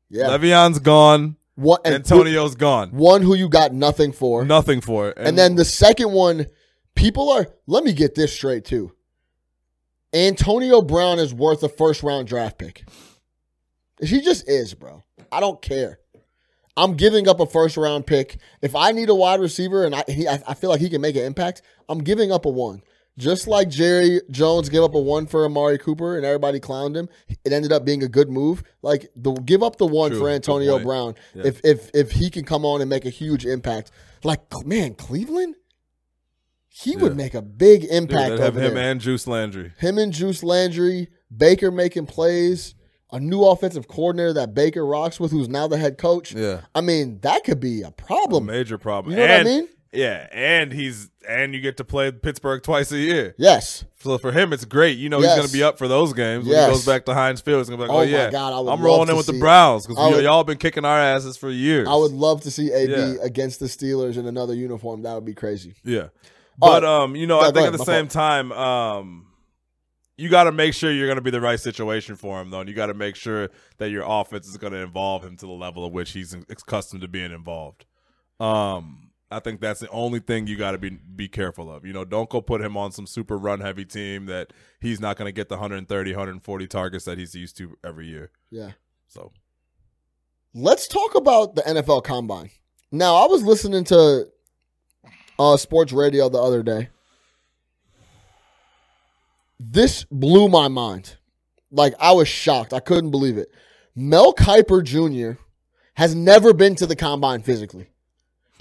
Speaker 2: yeah.
Speaker 3: Le'Veon's gone.
Speaker 2: one, and
Speaker 3: Antonio's
Speaker 2: who-
Speaker 3: gone.
Speaker 2: one who you got nothing for,
Speaker 3: Nothing for it.
Speaker 2: and then the second one, people are. Let me get this straight too. Antonio Brown is worth a first round draft pick. He just is, bro. I don't care. I'm giving up a first round pick. If I need a wide receiver and I he, I I feel like he can make an impact, I'm giving up a one. Just like Jerry Jones gave up a one for Amari Cooper and everybody clowned him, it ended up being a good move. Like the give up the one
Speaker 3: True,
Speaker 2: for
Speaker 3: good
Speaker 2: Antonio
Speaker 3: point.
Speaker 2: Brown if if if he can come on and make a huge impact. Like man, Cleveland, he would make a big
Speaker 3: Dude,
Speaker 2: impact.
Speaker 3: they'd have
Speaker 2: over
Speaker 3: him
Speaker 2: there.
Speaker 3: and Juice Landry.
Speaker 2: Him and Juice Landry, Baker making plays, a new offensive coordinator that Baker rocks with, who's now the head coach.
Speaker 3: Yeah.
Speaker 2: I mean, that could be a problem.
Speaker 3: Major problem.
Speaker 2: You know what I
Speaker 3: and,
Speaker 2: mean?
Speaker 3: Yeah, and he's and you get to play Pittsburgh twice a year.
Speaker 2: yes.
Speaker 3: So for him, it's great. You know
Speaker 2: Yes.
Speaker 3: he's going to be up for those games. When
Speaker 2: Yes.
Speaker 3: he goes back to Heinz Field, it's going to be like,
Speaker 2: Oh
Speaker 3: oh,
Speaker 2: my
Speaker 3: yeah,
Speaker 2: God, I would
Speaker 3: I'm
Speaker 2: love
Speaker 3: rolling
Speaker 2: to
Speaker 3: in with the
Speaker 2: see it.
Speaker 3: Browns because
Speaker 2: I would-
Speaker 3: y'all been kicking our asses for years.
Speaker 2: I would love to see AB
Speaker 3: Yeah.
Speaker 2: against the Steelers in another uniform. That would be crazy.
Speaker 3: Yeah. But
Speaker 2: Oh,
Speaker 3: um, you know,
Speaker 2: yeah,
Speaker 3: I
Speaker 2: go
Speaker 3: think
Speaker 2: ahead,
Speaker 3: at the
Speaker 2: my
Speaker 3: same
Speaker 2: fault.
Speaker 3: time, um, you got to make sure you're going to be the right situation for him, though. And you got to make sure that your offense is going to involve him to the level of which he's accustomed to being involved. Um, I think that's the only thing you got to be be careful of. You know, don't go put him on some super run heavy team that he's not going to get the 130, 140 targets that he's used to every year.
Speaker 2: Yeah.
Speaker 3: So
Speaker 2: Let's talk about the NFL Combine. Now, I was listening to uh, sports radio the other day. This blew my mind. Like, I was shocked. I couldn't believe it. Mel Kiper Jr. has never been to the Combine physically.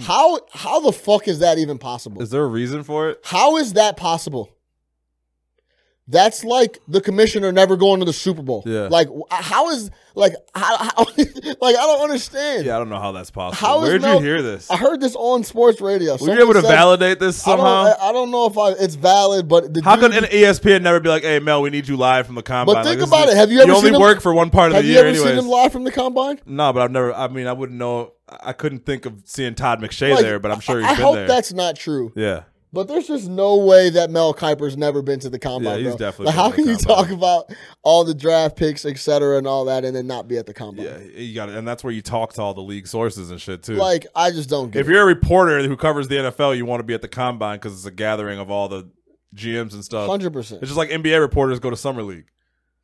Speaker 2: How how the fuck is that even possible?
Speaker 3: is there a reason for it?
Speaker 2: How is that possible? That's like the commissioner never going to the Super Bowl.
Speaker 3: Yeah.
Speaker 2: Like wh- how is like how, *laughs* how like I don't understand.
Speaker 3: Yeah, I don't know how that's possible.
Speaker 2: How is
Speaker 3: Where'd
Speaker 2: Mel-
Speaker 3: you hear this?
Speaker 2: I heard this on sports radio.
Speaker 3: Were
Speaker 2: Someone
Speaker 3: you able to
Speaker 2: said-
Speaker 3: validate this
Speaker 2: I don't,
Speaker 3: somehow?
Speaker 2: I, I don't know if I, it's valid, but the
Speaker 3: How
Speaker 2: dude-
Speaker 3: could an E ESPN never be like, "Hey Mel, we need you live from the combine"?
Speaker 2: But think
Speaker 3: Like, this
Speaker 2: about
Speaker 3: is-
Speaker 2: it. Have you ever
Speaker 3: You
Speaker 2: seen
Speaker 3: only
Speaker 2: him-
Speaker 3: work for one part of
Speaker 2: have
Speaker 3: the
Speaker 2: you
Speaker 3: year,
Speaker 2: ever
Speaker 3: anyways.
Speaker 2: seen him live from the combine?
Speaker 3: no, but I've never. I mean, I wouldn't know. I couldn't think of seeing Todd McShay
Speaker 2: Like,
Speaker 3: there, but I'm sure
Speaker 2: I-
Speaker 3: he's
Speaker 2: I
Speaker 3: been
Speaker 2: hope
Speaker 3: there.
Speaker 2: that's not true.
Speaker 3: yeah,
Speaker 2: But there's just no way that Mel Kiper's never been to the combine.
Speaker 3: Yeah, he's
Speaker 2: bro.
Speaker 3: definitely
Speaker 2: Like,
Speaker 3: been
Speaker 2: how
Speaker 3: to the
Speaker 2: can you
Speaker 3: combine.
Speaker 2: talk about all the draft picks, et cetera, and all that, and then not be at the combine?
Speaker 3: yeah, you got it. And that's where you talk to all the league sources and shit too.
Speaker 2: Like, I just don't get
Speaker 3: if
Speaker 2: it.
Speaker 3: you're a reporter who covers the NFL, you want to be at the combine because it's a gathering of all the GMs and stuff.
Speaker 2: 100%.
Speaker 3: It's just like NBA reporters go to summer league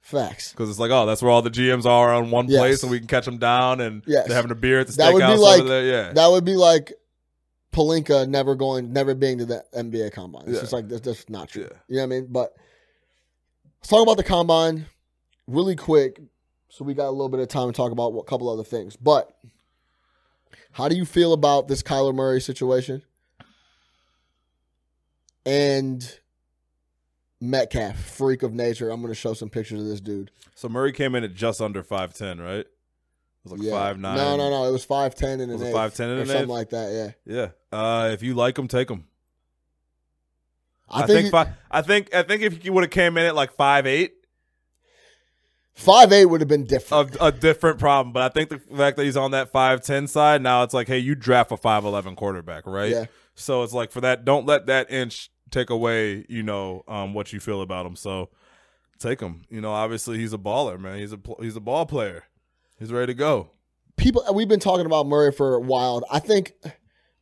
Speaker 2: Facts.
Speaker 3: because it's like, oh, that's where all the GMs are on one
Speaker 2: Yes.
Speaker 3: place, and we can catch them down, and
Speaker 2: Yes.
Speaker 3: they're having a beer at the
Speaker 2: That would be
Speaker 3: steakhouse
Speaker 2: like-
Speaker 3: over there. Yeah,
Speaker 2: That would be like Palinka never going, never being to the NBA combine. It's
Speaker 3: Yeah.
Speaker 2: just like that's just not true.
Speaker 3: Yeah.
Speaker 2: You know what I mean? But let's talk about the combine really quick, so we got a little bit of time to talk about a couple other things. But how do you feel about this Kyler Murray situation and Metcalf, freak of nature? I'm going to show some pictures of this dude.
Speaker 3: So Murray came in at just under five ten, right? It was like
Speaker 2: Yeah.
Speaker 3: five nine.
Speaker 2: No, no, no. It was five ten and
Speaker 3: Was
Speaker 2: an
Speaker 3: it
Speaker 2: eighth
Speaker 3: 5'10" and
Speaker 2: or
Speaker 3: an
Speaker 2: something
Speaker 3: eighth?
Speaker 2: like that. Yeah,
Speaker 3: Yeah. Uh, if you like him, take him. I, think,
Speaker 2: he-
Speaker 3: five, I think I think if you would have came in at like five eight,
Speaker 2: Five eight would have been
Speaker 3: a,
Speaker 2: different.
Speaker 3: a different problem. But I think the fact that he's on that five ten side now, it's like, hey, you draft a five eleven quarterback, right?
Speaker 2: Yeah.
Speaker 3: So it's like for that, don't let that inch take away, you know, um, what you feel about him. So take him. You know, obviously he's a baller, man. He's a pl- he's a ball player. He's ready to go.
Speaker 2: People, we've been talking about Murray for a while. I think,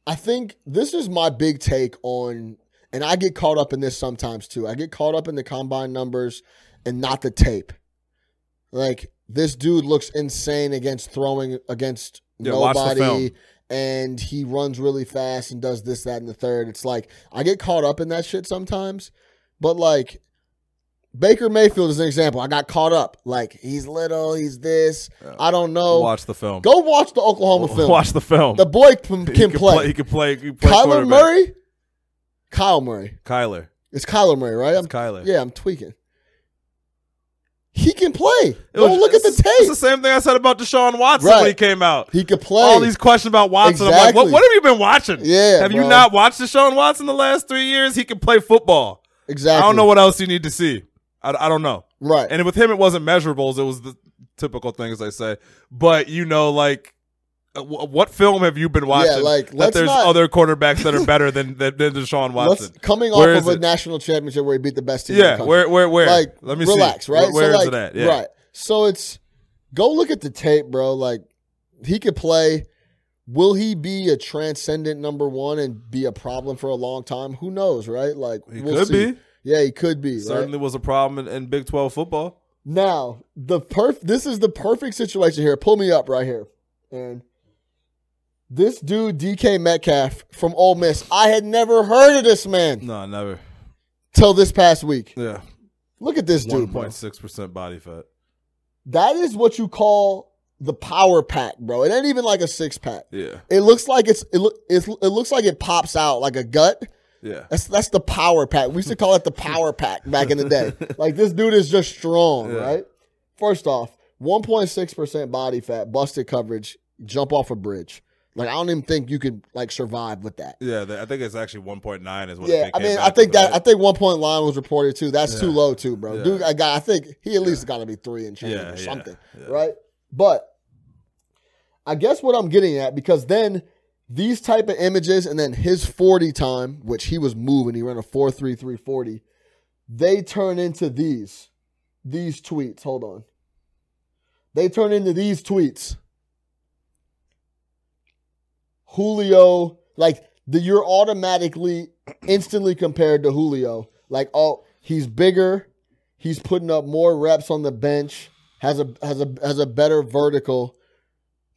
Speaker 2: I think this is my big take on, and I get caught up in this sometimes too. I get caught up in the combine numbers and not the tape. Like this dude looks insane against throwing against
Speaker 3: Yeah, watch the
Speaker 2: nobody,
Speaker 3: film.
Speaker 2: and he runs really fast and does this, that, and the third. It's like I get caught up in that shit sometimes, but like. Baker Mayfield is an example. I got caught up. Like, he's little, he's this. I don't know.
Speaker 3: watch the film.
Speaker 2: Go watch the
Speaker 3: *laughs*
Speaker 2: Oklahoma film.
Speaker 3: Watch the film.
Speaker 2: the boy can,
Speaker 3: He
Speaker 2: can play.
Speaker 3: He can play. He can play
Speaker 2: Kyler
Speaker 3: quarterback.
Speaker 2: Murray, Kyle Murray.
Speaker 3: Kyler.
Speaker 2: It's Kyler Murray, right? I'm,
Speaker 3: Kyler.
Speaker 2: Yeah, I'm tweaking. He can play.
Speaker 3: It was-
Speaker 2: Don't look at the
Speaker 3: it's- It's the
Speaker 2: tape.
Speaker 3: same thing I said about Deshaun Watson
Speaker 2: Right.
Speaker 3: when he came out.
Speaker 2: He could play.
Speaker 3: All these questions about Watson. I'm like, what,
Speaker 2: Exactly.
Speaker 3: what have you been watching?
Speaker 2: Yeah,
Speaker 3: Have
Speaker 2: bro.
Speaker 3: you not watched Deshaun Watson the last three years? He can play football.
Speaker 2: exactly.
Speaker 3: I don't know what else you need to see. I, I don't know.
Speaker 2: Right.
Speaker 3: And with him, it wasn't measurables. It was the typical things I say. But, you know, like, uh, wh- what film have you been watching?
Speaker 2: like,
Speaker 3: that
Speaker 2: let's
Speaker 3: there's
Speaker 2: not-
Speaker 3: other quarterbacks that are
Speaker 2: *laughs*
Speaker 3: better than, than, than Deshaun
Speaker 2: Let's,
Speaker 3: Watson.
Speaker 2: coming off
Speaker 3: Where
Speaker 2: of
Speaker 3: is
Speaker 2: a
Speaker 3: it?
Speaker 2: national championship where he beat the best team. in the
Speaker 3: Yeah,
Speaker 2: country.
Speaker 3: where, where, where?
Speaker 2: Like,
Speaker 3: Let me
Speaker 2: relax,
Speaker 3: see.
Speaker 2: right?
Speaker 3: Where, where
Speaker 2: so
Speaker 3: is
Speaker 2: like,
Speaker 3: it at? Yeah.
Speaker 2: Right. So it's go look at the tape, bro. Like he could play. Will he be a transcendent number one and be a problem for a long time? Who knows, right? Like
Speaker 3: He
Speaker 2: we'll
Speaker 3: could
Speaker 2: see.
Speaker 3: be.
Speaker 2: Yeah, he could be. right?
Speaker 3: Certainly was a problem in, in Big 12 football.
Speaker 2: Now, the perf this is the perfect situation here. Pull me up right here. And this dude, DK Metcalf from Ole Miss, I had never heard of this man
Speaker 3: No, never.
Speaker 2: till this past week.
Speaker 3: Yeah.
Speaker 2: Look at this dude, bro.
Speaker 3: 1.6% body fat.
Speaker 2: That is what you call the power pack, bro. It ain't even like a six pack.
Speaker 3: Yeah.
Speaker 2: It looks like it's it, look, it's it looks like it pops out like a gut.
Speaker 3: Yeah.
Speaker 2: That's that's the power pack. We used to call it the power pack back in the day. Like this dude is just strong,
Speaker 3: Yeah.
Speaker 2: right? First off, 1.6% body fat, busted coverage, jump off a bridge. Like I don't even think you could like survive with that.
Speaker 3: Yeah, th- I think it's actually 1.9 is what
Speaker 2: Yeah, I mean, I think that I think one point line was reported too. That's too low too, bro.
Speaker 3: Yeah.
Speaker 2: Dude, I got I think he at least got to be three and change
Speaker 3: Yeah,
Speaker 2: or
Speaker 3: yeah,
Speaker 2: something,
Speaker 3: yeah.
Speaker 2: right? But I guess what I'm getting at because then these type of images and then his forty time, which he was moving, he ran a four three three forty. They turn into these these tweets. Hold on, they turn into these tweets. Julio, like the you're automatically instantly compared to Julio. Like, oh, he's bigger, he's putting up more reps on the bench, has a has a has a better vertical.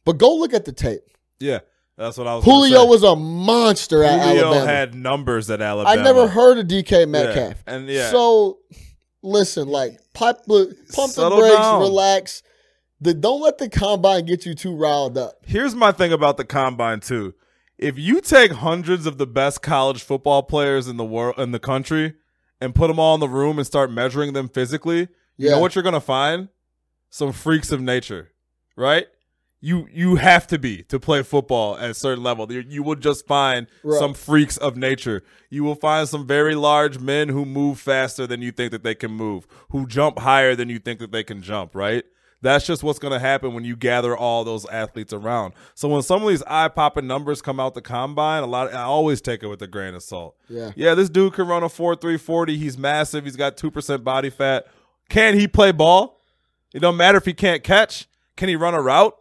Speaker 2: But go look at the tape.
Speaker 3: Yeah, that's what I was. gonna
Speaker 2: Julio
Speaker 3: say.
Speaker 2: was a monster at
Speaker 3: Julio
Speaker 2: Alabama.
Speaker 3: had numbers at Alabama.
Speaker 2: I never heard of DK Metcalf.
Speaker 3: and yeah.
Speaker 2: So listen, like pump the pump the
Speaker 3: Settle
Speaker 2: brakes,
Speaker 3: down.
Speaker 2: relax. The, don't let the combine get you too riled up.
Speaker 3: Here's my thing about the combine too. If you take hundreds of the best college football players in the world in the country and put them all in the room and start measuring them physically, you
Speaker 2: Yeah.
Speaker 3: know what you're gonna find? Some freaks of nature, right? You you have to be to play football at a certain level. You, you will just find
Speaker 2: Right.
Speaker 3: some freaks of nature. You will find some very large men who move faster than you think that they can move, who jump higher than you think that they can jump, right? That's just what's going to happen when you gather all those athletes around. So when some of these eye popping numbers come out the combine, a lot I always take it with a grain of salt.
Speaker 2: Yeah.
Speaker 3: Yeah, this dude can run a 4-3-40. He's massive. He's got 2% body fat. Can he play ball? It don't matter if he can't catch. Can he run a route?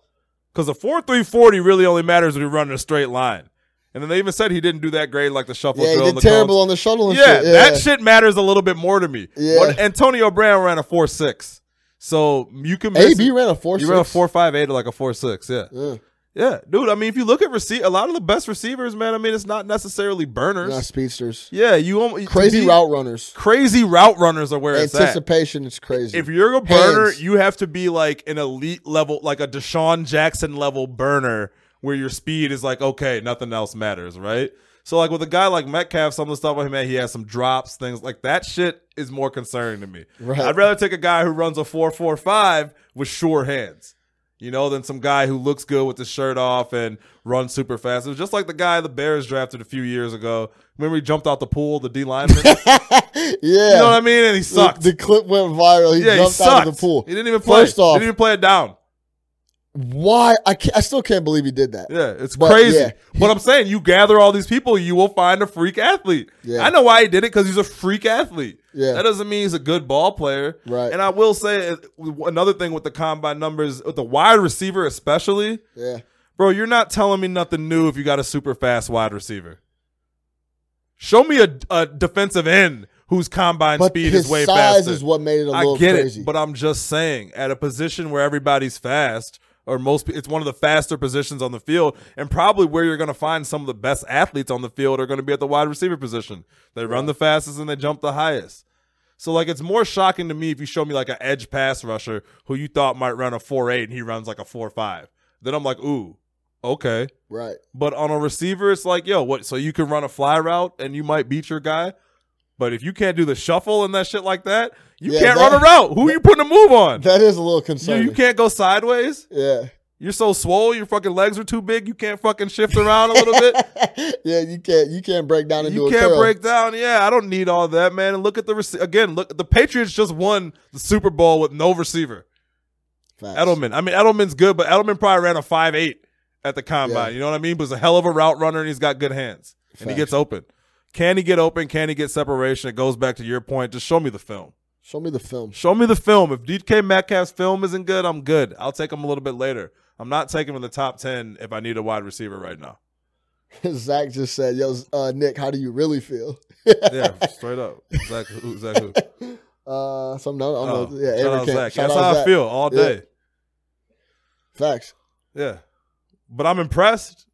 Speaker 3: Because the 4-3-40 really only matters when you're running a straight line. And then they even said he didn't do that great like the shuffle
Speaker 2: Yeah,
Speaker 3: drill.
Speaker 2: he
Speaker 3: and
Speaker 2: did
Speaker 3: the
Speaker 2: terrible
Speaker 3: cones.
Speaker 2: on the shuttle and
Speaker 3: Yeah,
Speaker 2: shit.
Speaker 3: that shit matters a little bit more to me.
Speaker 2: Yeah.
Speaker 3: What- Antonio Brown ran a 4-6. So you can miss
Speaker 2: AB ran a four.
Speaker 3: you ran a four five eight or like a four six, yeah. yeah. dude. I mean, if you look at receive, a lot of the best receivers, man. I mean, it's not necessarily burners.
Speaker 2: Not speedsters.
Speaker 3: Yeah, you almost,
Speaker 2: Crazy route runners.
Speaker 3: crazy route runners are where it's at.
Speaker 2: Anticipation is crazy.
Speaker 3: If you're a
Speaker 2: *laughs*
Speaker 3: burner,
Speaker 2: Hands.
Speaker 3: you have to be like an elite level, like a Deshaun Jackson level burner, where your speed is like okay, nothing else matters, right? So like with a guy like Metcalf, some of the stuff on him, man, he has some drops, things like that. Shit is more concerning to me.
Speaker 2: Right.
Speaker 3: I'd rather take a guy who runs a four four five with sure hands, you know, than some guy who looks good with his shirt off and runs super fast. It was just like the guy the Bears drafted a few years ago. Remember he jumped out the pool, the
Speaker 2: *laughs*
Speaker 3: D lineman. you
Speaker 2: yeah,
Speaker 3: know what I mean? And he
Speaker 2: The-
Speaker 3: sucked
Speaker 2: The, clip went viral. He jumped out of
Speaker 3: sucked.
Speaker 2: the pool.
Speaker 3: He didn't even play.
Speaker 2: First off,
Speaker 3: he didn't even play it down.
Speaker 2: why? I can't, I still can't believe he did that.
Speaker 3: Yeah, it's
Speaker 2: But,
Speaker 3: crazy.
Speaker 2: yeah.
Speaker 3: But I'm saying you gather all these people, you will find a freak athlete.
Speaker 2: Yeah.
Speaker 3: I know why he did it because he's a freak athlete.
Speaker 2: Yeah.
Speaker 3: That doesn't mean he's a good ball player.
Speaker 2: Right.
Speaker 3: And I will say uh, another thing with the combine numbers, with the wide receiver especially,
Speaker 2: Yeah,
Speaker 3: bro, you're not telling me nothing new if you got a super fast wide receiver. Show me a, a defensive end whose combine
Speaker 2: but
Speaker 3: speed
Speaker 2: his
Speaker 3: is way
Speaker 2: size
Speaker 3: faster.
Speaker 2: is what made it a
Speaker 3: I
Speaker 2: little
Speaker 3: get
Speaker 2: crazy.
Speaker 3: it, but I'm just saying, at a position where everybody's fast, or most, pe- it's one of the faster positions on the field, and probably where you're going to find some of the best athletes on the field are going to be at the wide receiver position. They run the fastest and they jump the highest. So like, it's more shocking to me if you show me like an edge pass rusher who you thought might run a four eight and he runs like a four five. Then I'm like, ooh, okay.
Speaker 2: right.
Speaker 3: But on a receiver, it's like, yo, what? So you can run a fly route and you might beat your guy, but if you can't do the shuffle and that shit like that, you
Speaker 2: Yeah,
Speaker 3: can't
Speaker 2: that-
Speaker 3: run a route. Who you putting a move on?
Speaker 2: That is a little
Speaker 3: you,
Speaker 2: concerning.
Speaker 3: you can't go sideways.
Speaker 2: yeah. *laughs*
Speaker 3: You're so swole. Your fucking legs are too big. You can't fucking shift around a little
Speaker 2: *laughs*
Speaker 3: bit.
Speaker 2: yeah, you can't. You can't break down and do
Speaker 3: You
Speaker 2: a
Speaker 3: can't
Speaker 2: curl.
Speaker 3: break down. Yeah, I don't need all that, man. And look at the rece- again. Look, the Patriots just won the Super Bowl with no receiver.
Speaker 2: Facts.
Speaker 3: Edelman. I mean, Edelman's good, but Edelman probably ran a five eight at the combine.
Speaker 2: Yeah.
Speaker 3: You know what I mean? But he's a hell of a route runner, and he's got good hands, and
Speaker 2: Facts.
Speaker 3: he gets open. Can he get open? Can he get separation? It goes back to your point. Just show me the film.
Speaker 2: Show me the film. *laughs*
Speaker 3: Show me the film. If DK Metcalf's film isn't good, I'm good. I'll take him a little bit later. I'm not taking him in the top ten if I need a wide receiver right
Speaker 2: *laughs*
Speaker 3: now.
Speaker 2: Zach just said, "Yo, uh, Nick, how do you really feel?" *laughs*
Speaker 3: Yeah, straight up. Exactly. Exactly.
Speaker 2: Uh, something else. I
Speaker 3: Oh,
Speaker 2: don't know. Yeah,
Speaker 3: shout
Speaker 2: Avery
Speaker 3: out
Speaker 2: Camp.
Speaker 3: Zach.
Speaker 2: Shout
Speaker 3: That's
Speaker 2: out
Speaker 3: how I
Speaker 2: Zach.
Speaker 3: feel all
Speaker 2: Yeah.
Speaker 3: day.
Speaker 2: Facts.
Speaker 3: Yeah. But I'm impressed.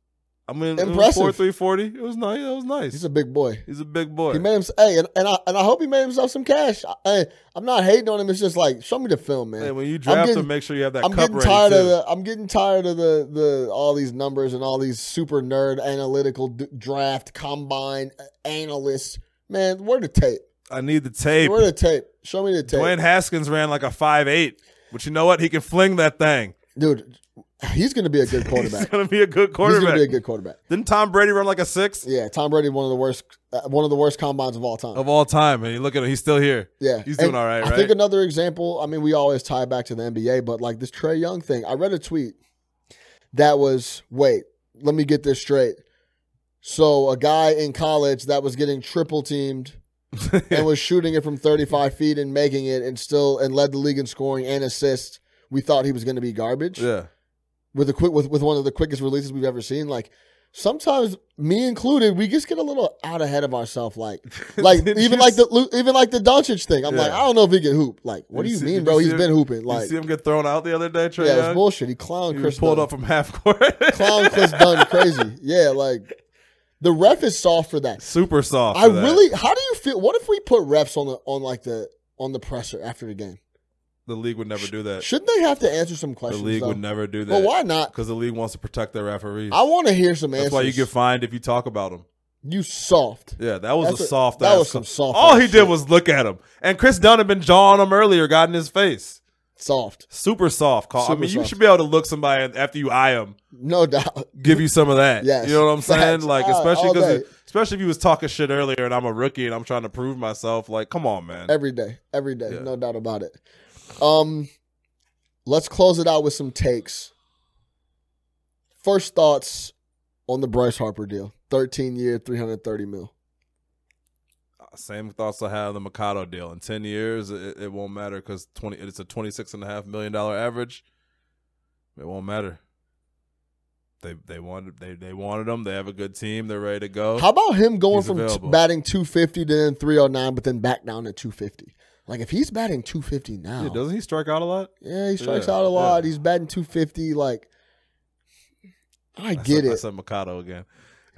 Speaker 3: I mean, it was
Speaker 2: Impressive.
Speaker 3: 4 340. It was nice. It was nice.
Speaker 2: He's a big boy.
Speaker 3: He's a big boy.
Speaker 2: He made him. Hey, and, and I and I hope he made himself some cash. I, I, I'm not hating on him. It's just like show me the film, man.
Speaker 3: Hey, when you
Speaker 2: I'm
Speaker 3: draft
Speaker 2: getting-
Speaker 3: him, make sure you have that
Speaker 2: I'm
Speaker 3: cup
Speaker 2: getting
Speaker 3: ready.
Speaker 2: tired
Speaker 3: too.
Speaker 2: of the. I'm getting tired of the the all these numbers and all these super nerd analytical d- draft combine uh, analysts. Man, where the tape?
Speaker 3: I need the tape.
Speaker 2: Where the tape? Show me the tape,
Speaker 3: Dwayne Haskins ran like a five eight, but you know what? He can fling that thing. *laughs*
Speaker 2: dude. He's gonna be a good
Speaker 3: He's
Speaker 2: quarterback.
Speaker 3: going to be a good
Speaker 2: He's gonna
Speaker 3: *laughs* quarterback.
Speaker 2: be a good quarterback.
Speaker 3: Didn't Tom Brady run like a six
Speaker 2: Yeah, Tom Brady, one of the worst, uh, one of the worst combines of all time.
Speaker 3: of all time? And you look at him, he's still here.
Speaker 2: Yeah,
Speaker 3: He's
Speaker 2: And
Speaker 3: doing all right,
Speaker 2: I
Speaker 3: right?
Speaker 2: think another example. I mean, we always tie back to the NBA, but like this Trey Young thing. I read a tweet that was, "Wait, let me get this straight." So a guy in college that was getting triple
Speaker 3: *laughs*
Speaker 2: teamed and was shooting it from 35 feet and making it, and still and led the league in scoring and assists. We thought he was going to be garbage
Speaker 3: yeah.
Speaker 2: with a quick with, with one of the quickest releases we've ever seen. Like sometimes me included, we just get a little out ahead of ourselves. Like
Speaker 3: *laughs*
Speaker 2: like
Speaker 3: Did
Speaker 2: even
Speaker 3: you
Speaker 2: like the Lu- even like the Doncic thing. I'm like,
Speaker 3: Yeah.
Speaker 2: I don't know if he can hoop. Like, what do
Speaker 3: Did you
Speaker 2: you
Speaker 3: see- did
Speaker 2: mean, bro?
Speaker 3: you see
Speaker 2: He's been
Speaker 3: him-
Speaker 2: hooping.
Speaker 3: you
Speaker 2: Like,
Speaker 3: see him get thrown out the other day, Trey
Speaker 2: yeah,
Speaker 3: Young?
Speaker 2: it's bullshit. He clowned
Speaker 3: He
Speaker 2: Chris.
Speaker 3: was pulled
Speaker 2: Dunn.
Speaker 3: up from half court. *laughs*
Speaker 2: Clown Chris Dunn crazy. Yeah, like the ref is soft for that.
Speaker 3: Super soft.
Speaker 2: I
Speaker 3: for that.
Speaker 2: really. How do you feel? What if we put refs on the on like the on the presser after the game?
Speaker 3: The league would never do that.
Speaker 2: Shouldn't they have to answer some
Speaker 3: Uh, The
Speaker 2: questions?
Speaker 3: league
Speaker 2: though?
Speaker 3: would never do that.
Speaker 2: Well, why not?
Speaker 3: Because the league wants to protect their referees.
Speaker 2: I want to hear some
Speaker 3: That's
Speaker 2: answers.
Speaker 3: why you get fined if you talk about them.
Speaker 2: you soft.
Speaker 3: Yeah, that was
Speaker 2: That's
Speaker 3: a
Speaker 2: a-
Speaker 3: soft.
Speaker 2: that
Speaker 3: ass
Speaker 2: was some soft
Speaker 3: All he
Speaker 2: ass
Speaker 3: did
Speaker 2: shit.
Speaker 3: was look at him, and Chris Dunn had been jawing him earlier, got in his face.
Speaker 2: Soft.
Speaker 3: Super soft call. I
Speaker 2: Super
Speaker 3: mean, you
Speaker 2: soft.
Speaker 3: should be able to look somebody after you eye him,
Speaker 2: No doubt.
Speaker 3: give you some of that.
Speaker 2: Yes.
Speaker 3: you know what I'm saying?
Speaker 2: Facts.
Speaker 3: Like
Speaker 2: Ah,
Speaker 3: especially
Speaker 2: all
Speaker 3: because
Speaker 2: day.
Speaker 3: especially if you was talking shit earlier, and I'm a rookie and I'm trying to prove myself. Like, come on, man.
Speaker 2: Every day. Every day.
Speaker 3: Yeah.
Speaker 2: No doubt about it. Um let's close it out with some takes. First thoughts on the Bryce Harper deal. 13 year, 330 mil.
Speaker 3: Same thoughts I have the Mikado deal. In ten years, it, it won't matter because twenty. It's a twenty six and a half million dollar average. It won't matter. They they wanted they they wanted them. They have a good team. They're ready to go.
Speaker 2: How about him going
Speaker 3: Oh, He's
Speaker 2: from t-
Speaker 3: available.
Speaker 2: batting 250 to then 309 but then back down to 250? Like if he's batting 250 now.
Speaker 3: Yeah,
Speaker 2: Yeah,
Speaker 3: doesn't he strike out a lot?
Speaker 2: he strikes
Speaker 3: Yeah,
Speaker 2: out a lot.
Speaker 3: yeah.
Speaker 2: He's batting 250 like I
Speaker 3: I
Speaker 2: get
Speaker 3: said, I
Speaker 2: it.
Speaker 3: said Machado again.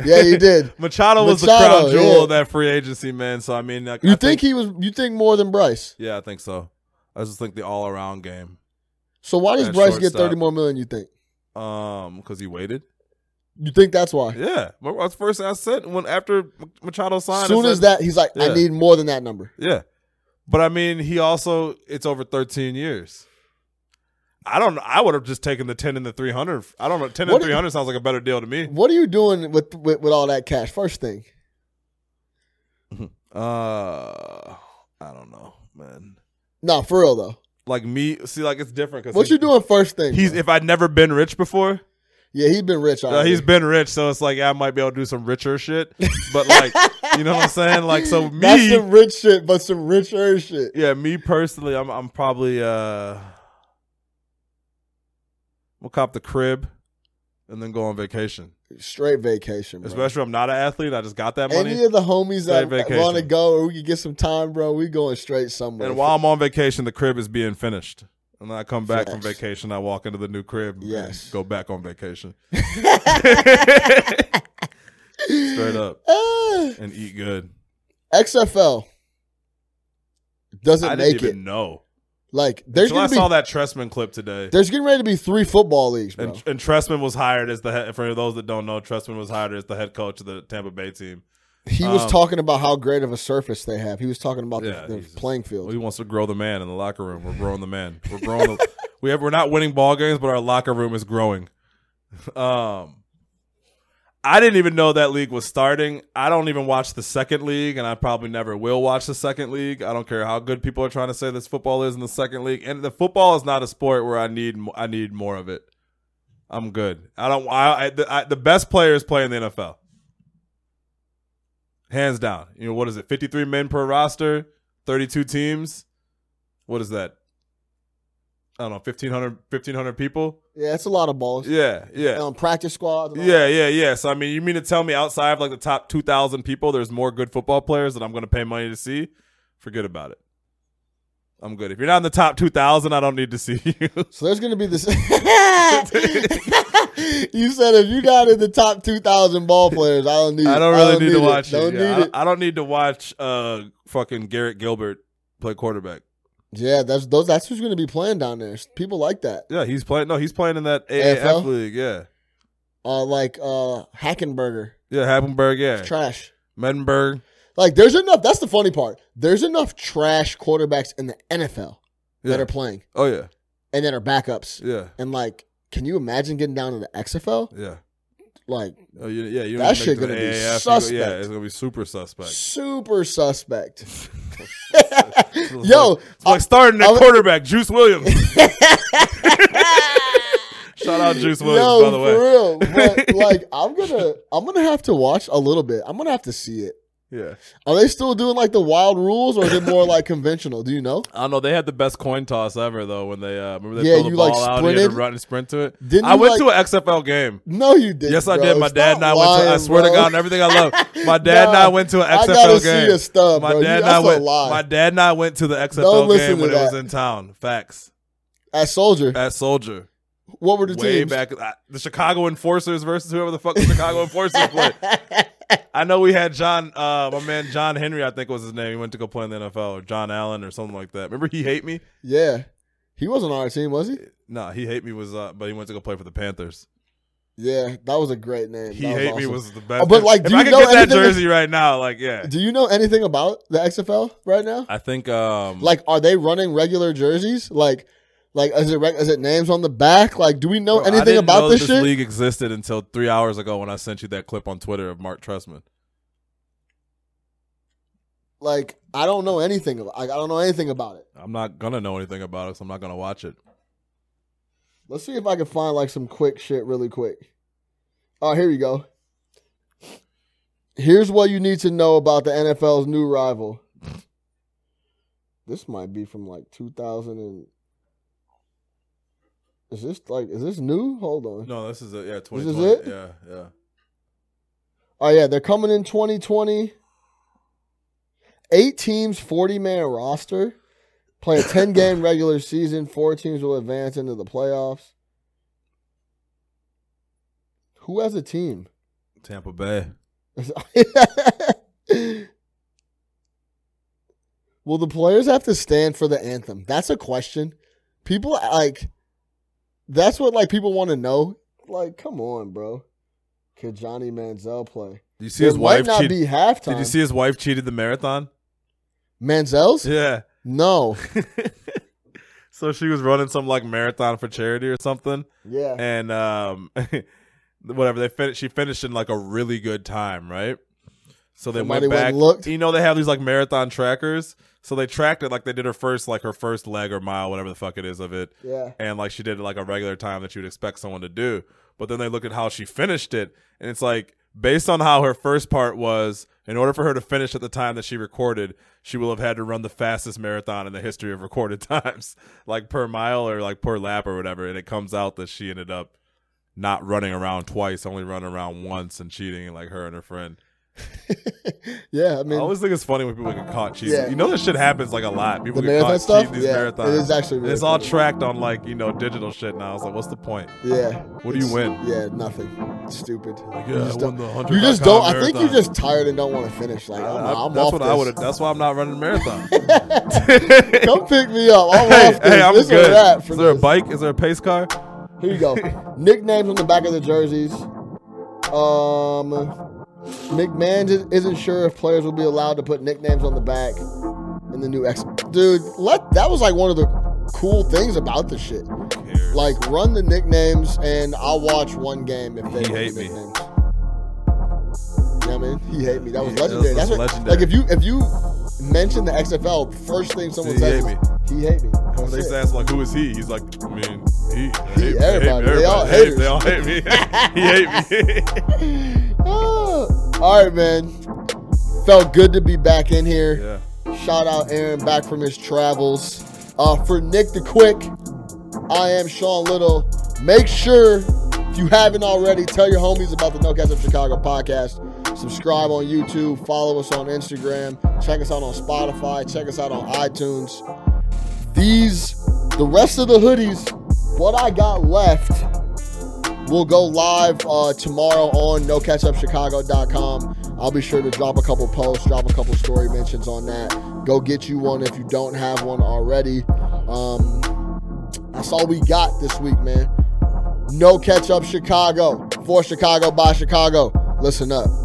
Speaker 2: Yeah, he
Speaker 3: *laughs*
Speaker 2: did.
Speaker 3: Machado was
Speaker 2: Machado,
Speaker 3: the crown jewel
Speaker 2: yeah.
Speaker 3: of that free agency, man. So I mean, like,
Speaker 2: You
Speaker 3: I
Speaker 2: think he was you think more than Bryce?
Speaker 3: Yeah, I think so. I just think the all around game,
Speaker 2: So why does
Speaker 3: At
Speaker 2: Bryce get
Speaker 3: shortstop.
Speaker 2: thirty more million? You think?
Speaker 3: um, because he waited.
Speaker 2: You think that's why?
Speaker 3: Yeah, Well, that's the first thing I said when after Machado signed.
Speaker 2: As
Speaker 3: I
Speaker 2: soon as that,
Speaker 3: said-
Speaker 2: he's like,
Speaker 3: Yeah.
Speaker 2: I need more than that number.
Speaker 3: Yeah, but I mean, he also it's over thirteen years. I don't. know. I would have just taken the ten and the three hundred. I don't know. Ten
Speaker 2: What
Speaker 3: and
Speaker 2: do
Speaker 3: three
Speaker 2: you-
Speaker 3: hundred sounds like a better deal to me.
Speaker 2: What are you doing with with, with all that cash? First thing,
Speaker 3: Uh, I don't know, man.
Speaker 2: nah, for real though.
Speaker 3: Like me, see, like it's different. Cause
Speaker 2: What
Speaker 3: he-
Speaker 2: you doing first thing?
Speaker 3: He's
Speaker 2: bro?
Speaker 3: if I'd never been rich before,
Speaker 2: Oh, yeah, he's been rich.
Speaker 3: uh,
Speaker 2: Already.
Speaker 3: he's been rich, so it's like I might be able to do some richer shit. But like, you know what I'm saying?
Speaker 2: *laughs*
Speaker 3: Like, so
Speaker 2: that's
Speaker 3: me,
Speaker 2: some rich shit, but some richer shit.
Speaker 3: yeah, me personally, I'm I'm probably uh, we'll cop the crib, and then go on vacation.
Speaker 2: Straight vacation, bro.
Speaker 3: Especially if I'm not an athlete, I just got that money.
Speaker 2: Any of the homies that
Speaker 3: Straight vacation.
Speaker 2: want to go, or we could get some time, bro. We going straight somewhere.
Speaker 3: And while I'm on vacation, the crib is being finished. And then I come back from
Speaker 2: Facts.
Speaker 3: vacation, I walk into the new crib and
Speaker 2: Yes.
Speaker 3: go back
Speaker 2: *laughs*
Speaker 3: on vacation. *laughs* Straight up.
Speaker 2: Ah,
Speaker 3: And eat good.
Speaker 2: XFL doesn't
Speaker 3: I didn't
Speaker 2: make
Speaker 3: even
Speaker 2: it.
Speaker 3: know.
Speaker 2: Like there's
Speaker 3: Until I
Speaker 2: gonna be
Speaker 3: saw that Tressman clip today.
Speaker 2: there's getting ready to be three football leagues, bro.
Speaker 3: And, and Tressman was hired as the head, for those that don't know, Tressman was hired as the head coach of the Tampa Bay team.
Speaker 2: He was
Speaker 3: Um,
Speaker 2: talking about how great of a surface they have. He was talking about
Speaker 3: Yeah,
Speaker 2: the,
Speaker 3: he's
Speaker 2: the
Speaker 3: just-
Speaker 2: playing
Speaker 3: Well, he
Speaker 2: field.
Speaker 3: wants to grow the man in the locker room. We're growing the man. We're growing. The, *laughs* we have. We're not winning ball games, but our locker room is growing. *laughs* Um, I didn't even know that league was starting. I don't even watch the second league, and I probably never will watch the second league. I don't care how good people are trying to say this football is in the second league, and the football is not a sport where I need. mo- I need more of it. I'm good. I don't. I, I, the, I the best players play in the NFL. Hands down. You know what is it? 53 men per roster. 32 teams. What is that? I don't know, 1,500, 1,500 people?
Speaker 2: Yeah, it's a lot of balls.
Speaker 3: Yeah,
Speaker 2: And
Speaker 3: yeah.
Speaker 2: on practice squads. and all
Speaker 3: Yeah, yeah, yeah. So, I mean, you mean to tell me outside of like the top 2,000 people, there's more good football players that I'm going to pay money to see? Forget about it. I'm good. If you're not in the top 2,000, I don't need to *laughs* see you.
Speaker 2: So there's going to be this. *laughs* you said if you're not in the top 2,000 ball players, I don't need.
Speaker 3: *laughs* I don't really need to watch
Speaker 2: It.
Speaker 3: it.
Speaker 2: Don't
Speaker 3: Yeah, I,
Speaker 2: need it.
Speaker 3: I don't need to watch uh fucking Garrett Gilbert play quarterback.
Speaker 2: Yeah, that's those. That's who's going to be playing down there. People like that.
Speaker 3: Yeah, he's playing. No, he's playing in that AAF
Speaker 2: AFL?
Speaker 3: league. Yeah,
Speaker 2: Uh, like uh, Hackenberger,
Speaker 3: yeah, Happenberg. Yeah,
Speaker 2: trash.
Speaker 3: Mettenberg.
Speaker 2: Like there's enough. That's the funny part. There's enough trash quarterbacks in the NFL
Speaker 3: Yeah.
Speaker 2: that are playing
Speaker 3: Oh yeah,
Speaker 2: and that are backups.
Speaker 3: yeah,
Speaker 2: And like, can you imagine getting down to the XFL?
Speaker 3: yeah.
Speaker 2: Like,
Speaker 3: Oh, you, yeah, you
Speaker 2: That
Speaker 3: don't make
Speaker 2: shit
Speaker 3: it to
Speaker 2: gonna
Speaker 3: the
Speaker 2: be
Speaker 3: AAF. You go- yeah,
Speaker 2: suspect.
Speaker 3: it's gonna be super suspect.
Speaker 2: super suspect. *laughs* Yo,
Speaker 3: *laughs* it's like starting at
Speaker 2: I was-
Speaker 3: quarterback, Juice Williams.
Speaker 2: *laughs*
Speaker 3: Shout out Juice Williams,
Speaker 2: Yo,
Speaker 3: by the way.
Speaker 2: for
Speaker 3: *laughs*
Speaker 2: real. But, like, I'm gonna, I'm gonna have to watch a little bit. I'm gonna have to see it.
Speaker 3: Yeah,
Speaker 2: Are they still doing like the wild rules, or is it more like conventional? Do you know?
Speaker 3: I don't know. They had the best coin toss ever, though. When they uh, remember they
Speaker 2: Yeah,
Speaker 3: threw the
Speaker 2: you,
Speaker 3: ball
Speaker 2: like,
Speaker 3: out, and you had to
Speaker 2: sprinted?
Speaker 3: run and sprint to it.
Speaker 2: Didn't
Speaker 3: I
Speaker 2: you,
Speaker 3: went
Speaker 2: like-
Speaker 3: to an XFL game.
Speaker 2: No, you did.
Speaker 3: Yes, I
Speaker 2: bro.
Speaker 3: did. My
Speaker 2: Stop
Speaker 3: dad and I went. To, I
Speaker 2: lying,
Speaker 3: swear to
Speaker 2: bro.
Speaker 3: God, and everything I love.
Speaker 2: *laughs*
Speaker 3: My dad and I
Speaker 2: Nah,
Speaker 3: went to an XFL
Speaker 2: I gotta see
Speaker 3: game.
Speaker 2: a stub,
Speaker 3: my
Speaker 2: bro. You-
Speaker 3: dad and
Speaker 2: that's
Speaker 3: I
Speaker 2: a
Speaker 3: went.
Speaker 2: lie.
Speaker 3: My dad and I went to the
Speaker 2: Don't
Speaker 3: XFL
Speaker 2: listen
Speaker 3: game
Speaker 2: to
Speaker 3: when it was
Speaker 2: that.
Speaker 3: in town. Facts
Speaker 2: At Soldier,
Speaker 3: at Soldier.
Speaker 2: what were the
Speaker 3: Way
Speaker 2: teams?
Speaker 3: back, I- the Chicago Enforcers versus whoever the fuck the Chicago
Speaker 2: *laughs*
Speaker 3: Enforcers played. I know we had John, uh, my man John Henry, I think was his name. He went to go play in the NFL, or John Allen, or something like that. Remember, he hate me.
Speaker 2: Yeah, he wasn't on our team, was he?
Speaker 3: No, he hate me was, uh, but he went to go play for the Panthers.
Speaker 2: Yeah, that was a great name.
Speaker 3: He
Speaker 2: That
Speaker 3: hate me
Speaker 2: awesome.
Speaker 3: was the best.
Speaker 2: Oh, but, like,
Speaker 3: if
Speaker 2: do
Speaker 3: I
Speaker 2: you
Speaker 3: could
Speaker 2: know
Speaker 3: get that
Speaker 2: anything-
Speaker 3: jersey right now, like, yeah,
Speaker 2: Do you know anything about the XFL right now?
Speaker 3: I think, um,
Speaker 2: Like, are they running regular jerseys? Like, like is it reg- is it names on the back? Like, do we know
Speaker 3: Bro, I
Speaker 2: anything
Speaker 3: didn't
Speaker 2: about
Speaker 3: know
Speaker 2: this, shit?
Speaker 3: league existed until three hours ago when I sent you that clip on Twitter of Mark Trestman.
Speaker 2: Like, I don't know anything about. Like, I don't know anything about it.
Speaker 3: I'm not gonna know anything about it, 'cause I'm not gonna watch it.
Speaker 2: Let's see if I can find like some quick shit really quick. Oh, here you go. Here's what you need to know about the NFL's new rival. This might be from like 2000 and Is this like is this new? Hold on.
Speaker 3: No, this is it. Yeah, 2020.
Speaker 2: This is it?
Speaker 3: Yeah, yeah.
Speaker 2: Oh yeah, they're coming in 2020. Eight teams, 40 man roster. Play a 10 game regular season. Four teams will advance into the playoffs. Who has a team? *laughs*
Speaker 3: Tampa Bay.
Speaker 2: will the players have to stand for the anthem? That's a question. People like that's what like people want to know. Like, come on, bro. Could Johnny Manziel play?
Speaker 3: Do you see
Speaker 2: There
Speaker 3: his
Speaker 2: might
Speaker 3: wife?
Speaker 2: not
Speaker 3: cheat-
Speaker 2: be halftime.
Speaker 3: Did you see his wife cheated the
Speaker 2: *laughs*
Speaker 3: marathon?
Speaker 2: Manziel's?
Speaker 3: Yeah.
Speaker 2: No.
Speaker 3: *laughs* so she was running some like marathon for charity or something,
Speaker 2: Yeah.
Speaker 3: and um, *laughs* whatever they finished, she finished in like a really good time, right? So they
Speaker 2: Somebody
Speaker 3: went
Speaker 2: went
Speaker 3: back.
Speaker 2: and looked?
Speaker 3: You know they have these like marathon trackers, so they tracked it like they did her first like her first leg or mile, whatever the fuck it is of it.
Speaker 2: Yeah.
Speaker 3: and like she did it like a regular time that you would expect someone to do. But then they look at how she finished it, and it's like based on how her first part was. In order for her to finish at the time that she recorded, she will have had to run the fastest marathon in the history of recorded *laughs* times, like per mile or like per lap or whatever. And it comes out that she ended up not running around twice, only running around once and cheating, like her and her friend.
Speaker 2: yeah. I
Speaker 3: I
Speaker 2: mean,
Speaker 3: always think it's funny when people get caught cheating.
Speaker 2: Yeah.
Speaker 3: You know, this shit happens like a lot. People
Speaker 2: The
Speaker 3: get caught
Speaker 2: marathon stuff?
Speaker 3: cheating these
Speaker 2: Yeah, it
Speaker 3: marathons.
Speaker 2: is actually
Speaker 3: And
Speaker 2: really
Speaker 3: it's all
Speaker 2: funny.
Speaker 3: tracked on like you know digital shit now. It's like, what's the point?
Speaker 2: yeah.
Speaker 3: What do you
Speaker 2: It's-
Speaker 3: win?
Speaker 2: Yeah, nothing. It's stupid.
Speaker 3: Like,
Speaker 2: you
Speaker 3: yeah,
Speaker 2: just
Speaker 3: I
Speaker 2: don't.
Speaker 3: won the 100
Speaker 2: you just
Speaker 3: mile
Speaker 2: don't I
Speaker 3: marathon.
Speaker 2: think you're just tired and don't want to finish. Like, I'm,
Speaker 3: I-
Speaker 2: I'm
Speaker 3: that's
Speaker 2: off
Speaker 3: what
Speaker 2: this.
Speaker 3: I would have. That's why I'm not running a
Speaker 2: *laughs*
Speaker 3: marathon.
Speaker 2: Come pick me up. I'm
Speaker 3: hey,
Speaker 2: off this.
Speaker 3: hey, I'm
Speaker 2: this
Speaker 3: good.
Speaker 2: A wrap for
Speaker 3: Is there a
Speaker 2: this.
Speaker 3: bike? Is there a pace car?
Speaker 2: Here you go. Nicknames on the back of the jerseys. Um, McMahon is- isn't sure if players will be allowed to put nicknames on the back in the new X. Dude, let that was like one of the cool things about the shit. Like run the nicknames, and I'll watch one game if they
Speaker 3: He
Speaker 2: run the
Speaker 3: hate me.
Speaker 2: nicknames. You know what I mean? He hate me. That was
Speaker 3: Yeah, that
Speaker 2: legendary.
Speaker 3: was
Speaker 2: That's what,
Speaker 3: legendary.
Speaker 2: Like if you if you mention the XFL, first thing someone
Speaker 3: He
Speaker 2: says
Speaker 3: hate
Speaker 2: is, he hate me.
Speaker 3: When they
Speaker 2: That's it.
Speaker 3: used to ask like, "Who is he?" He's like, "I mean, he,
Speaker 2: He-
Speaker 3: hate me,
Speaker 2: everybody. They all
Speaker 3: hate me, *laughs*
Speaker 2: haters.
Speaker 3: everybody hate me. They all hate me. he hate
Speaker 2: *laughs*
Speaker 3: me.
Speaker 2: Ah. All right, man. Felt good to be back in here.
Speaker 3: yeah.
Speaker 2: Shout out Aaron back from his travels. Uh, for Nick the Quick, I am Sean Little. Make sure, if you haven't already, tell your homies about the No Catch Up Chicago podcast. Subscribe on YouTube, follow us on Instagram, check us out on Spotify, check us out on iTunes. These, the rest of the hoodies, what I got left will go live uh, tomorrow on nocatchupchicago.com. I'll be sure to drop a couple posts, drop a couple story mentions on that. Go get you one if you don't have one already. Um, that's all we got this week, man. No catch up Chicago. For Chicago, by Chicago. Listen up.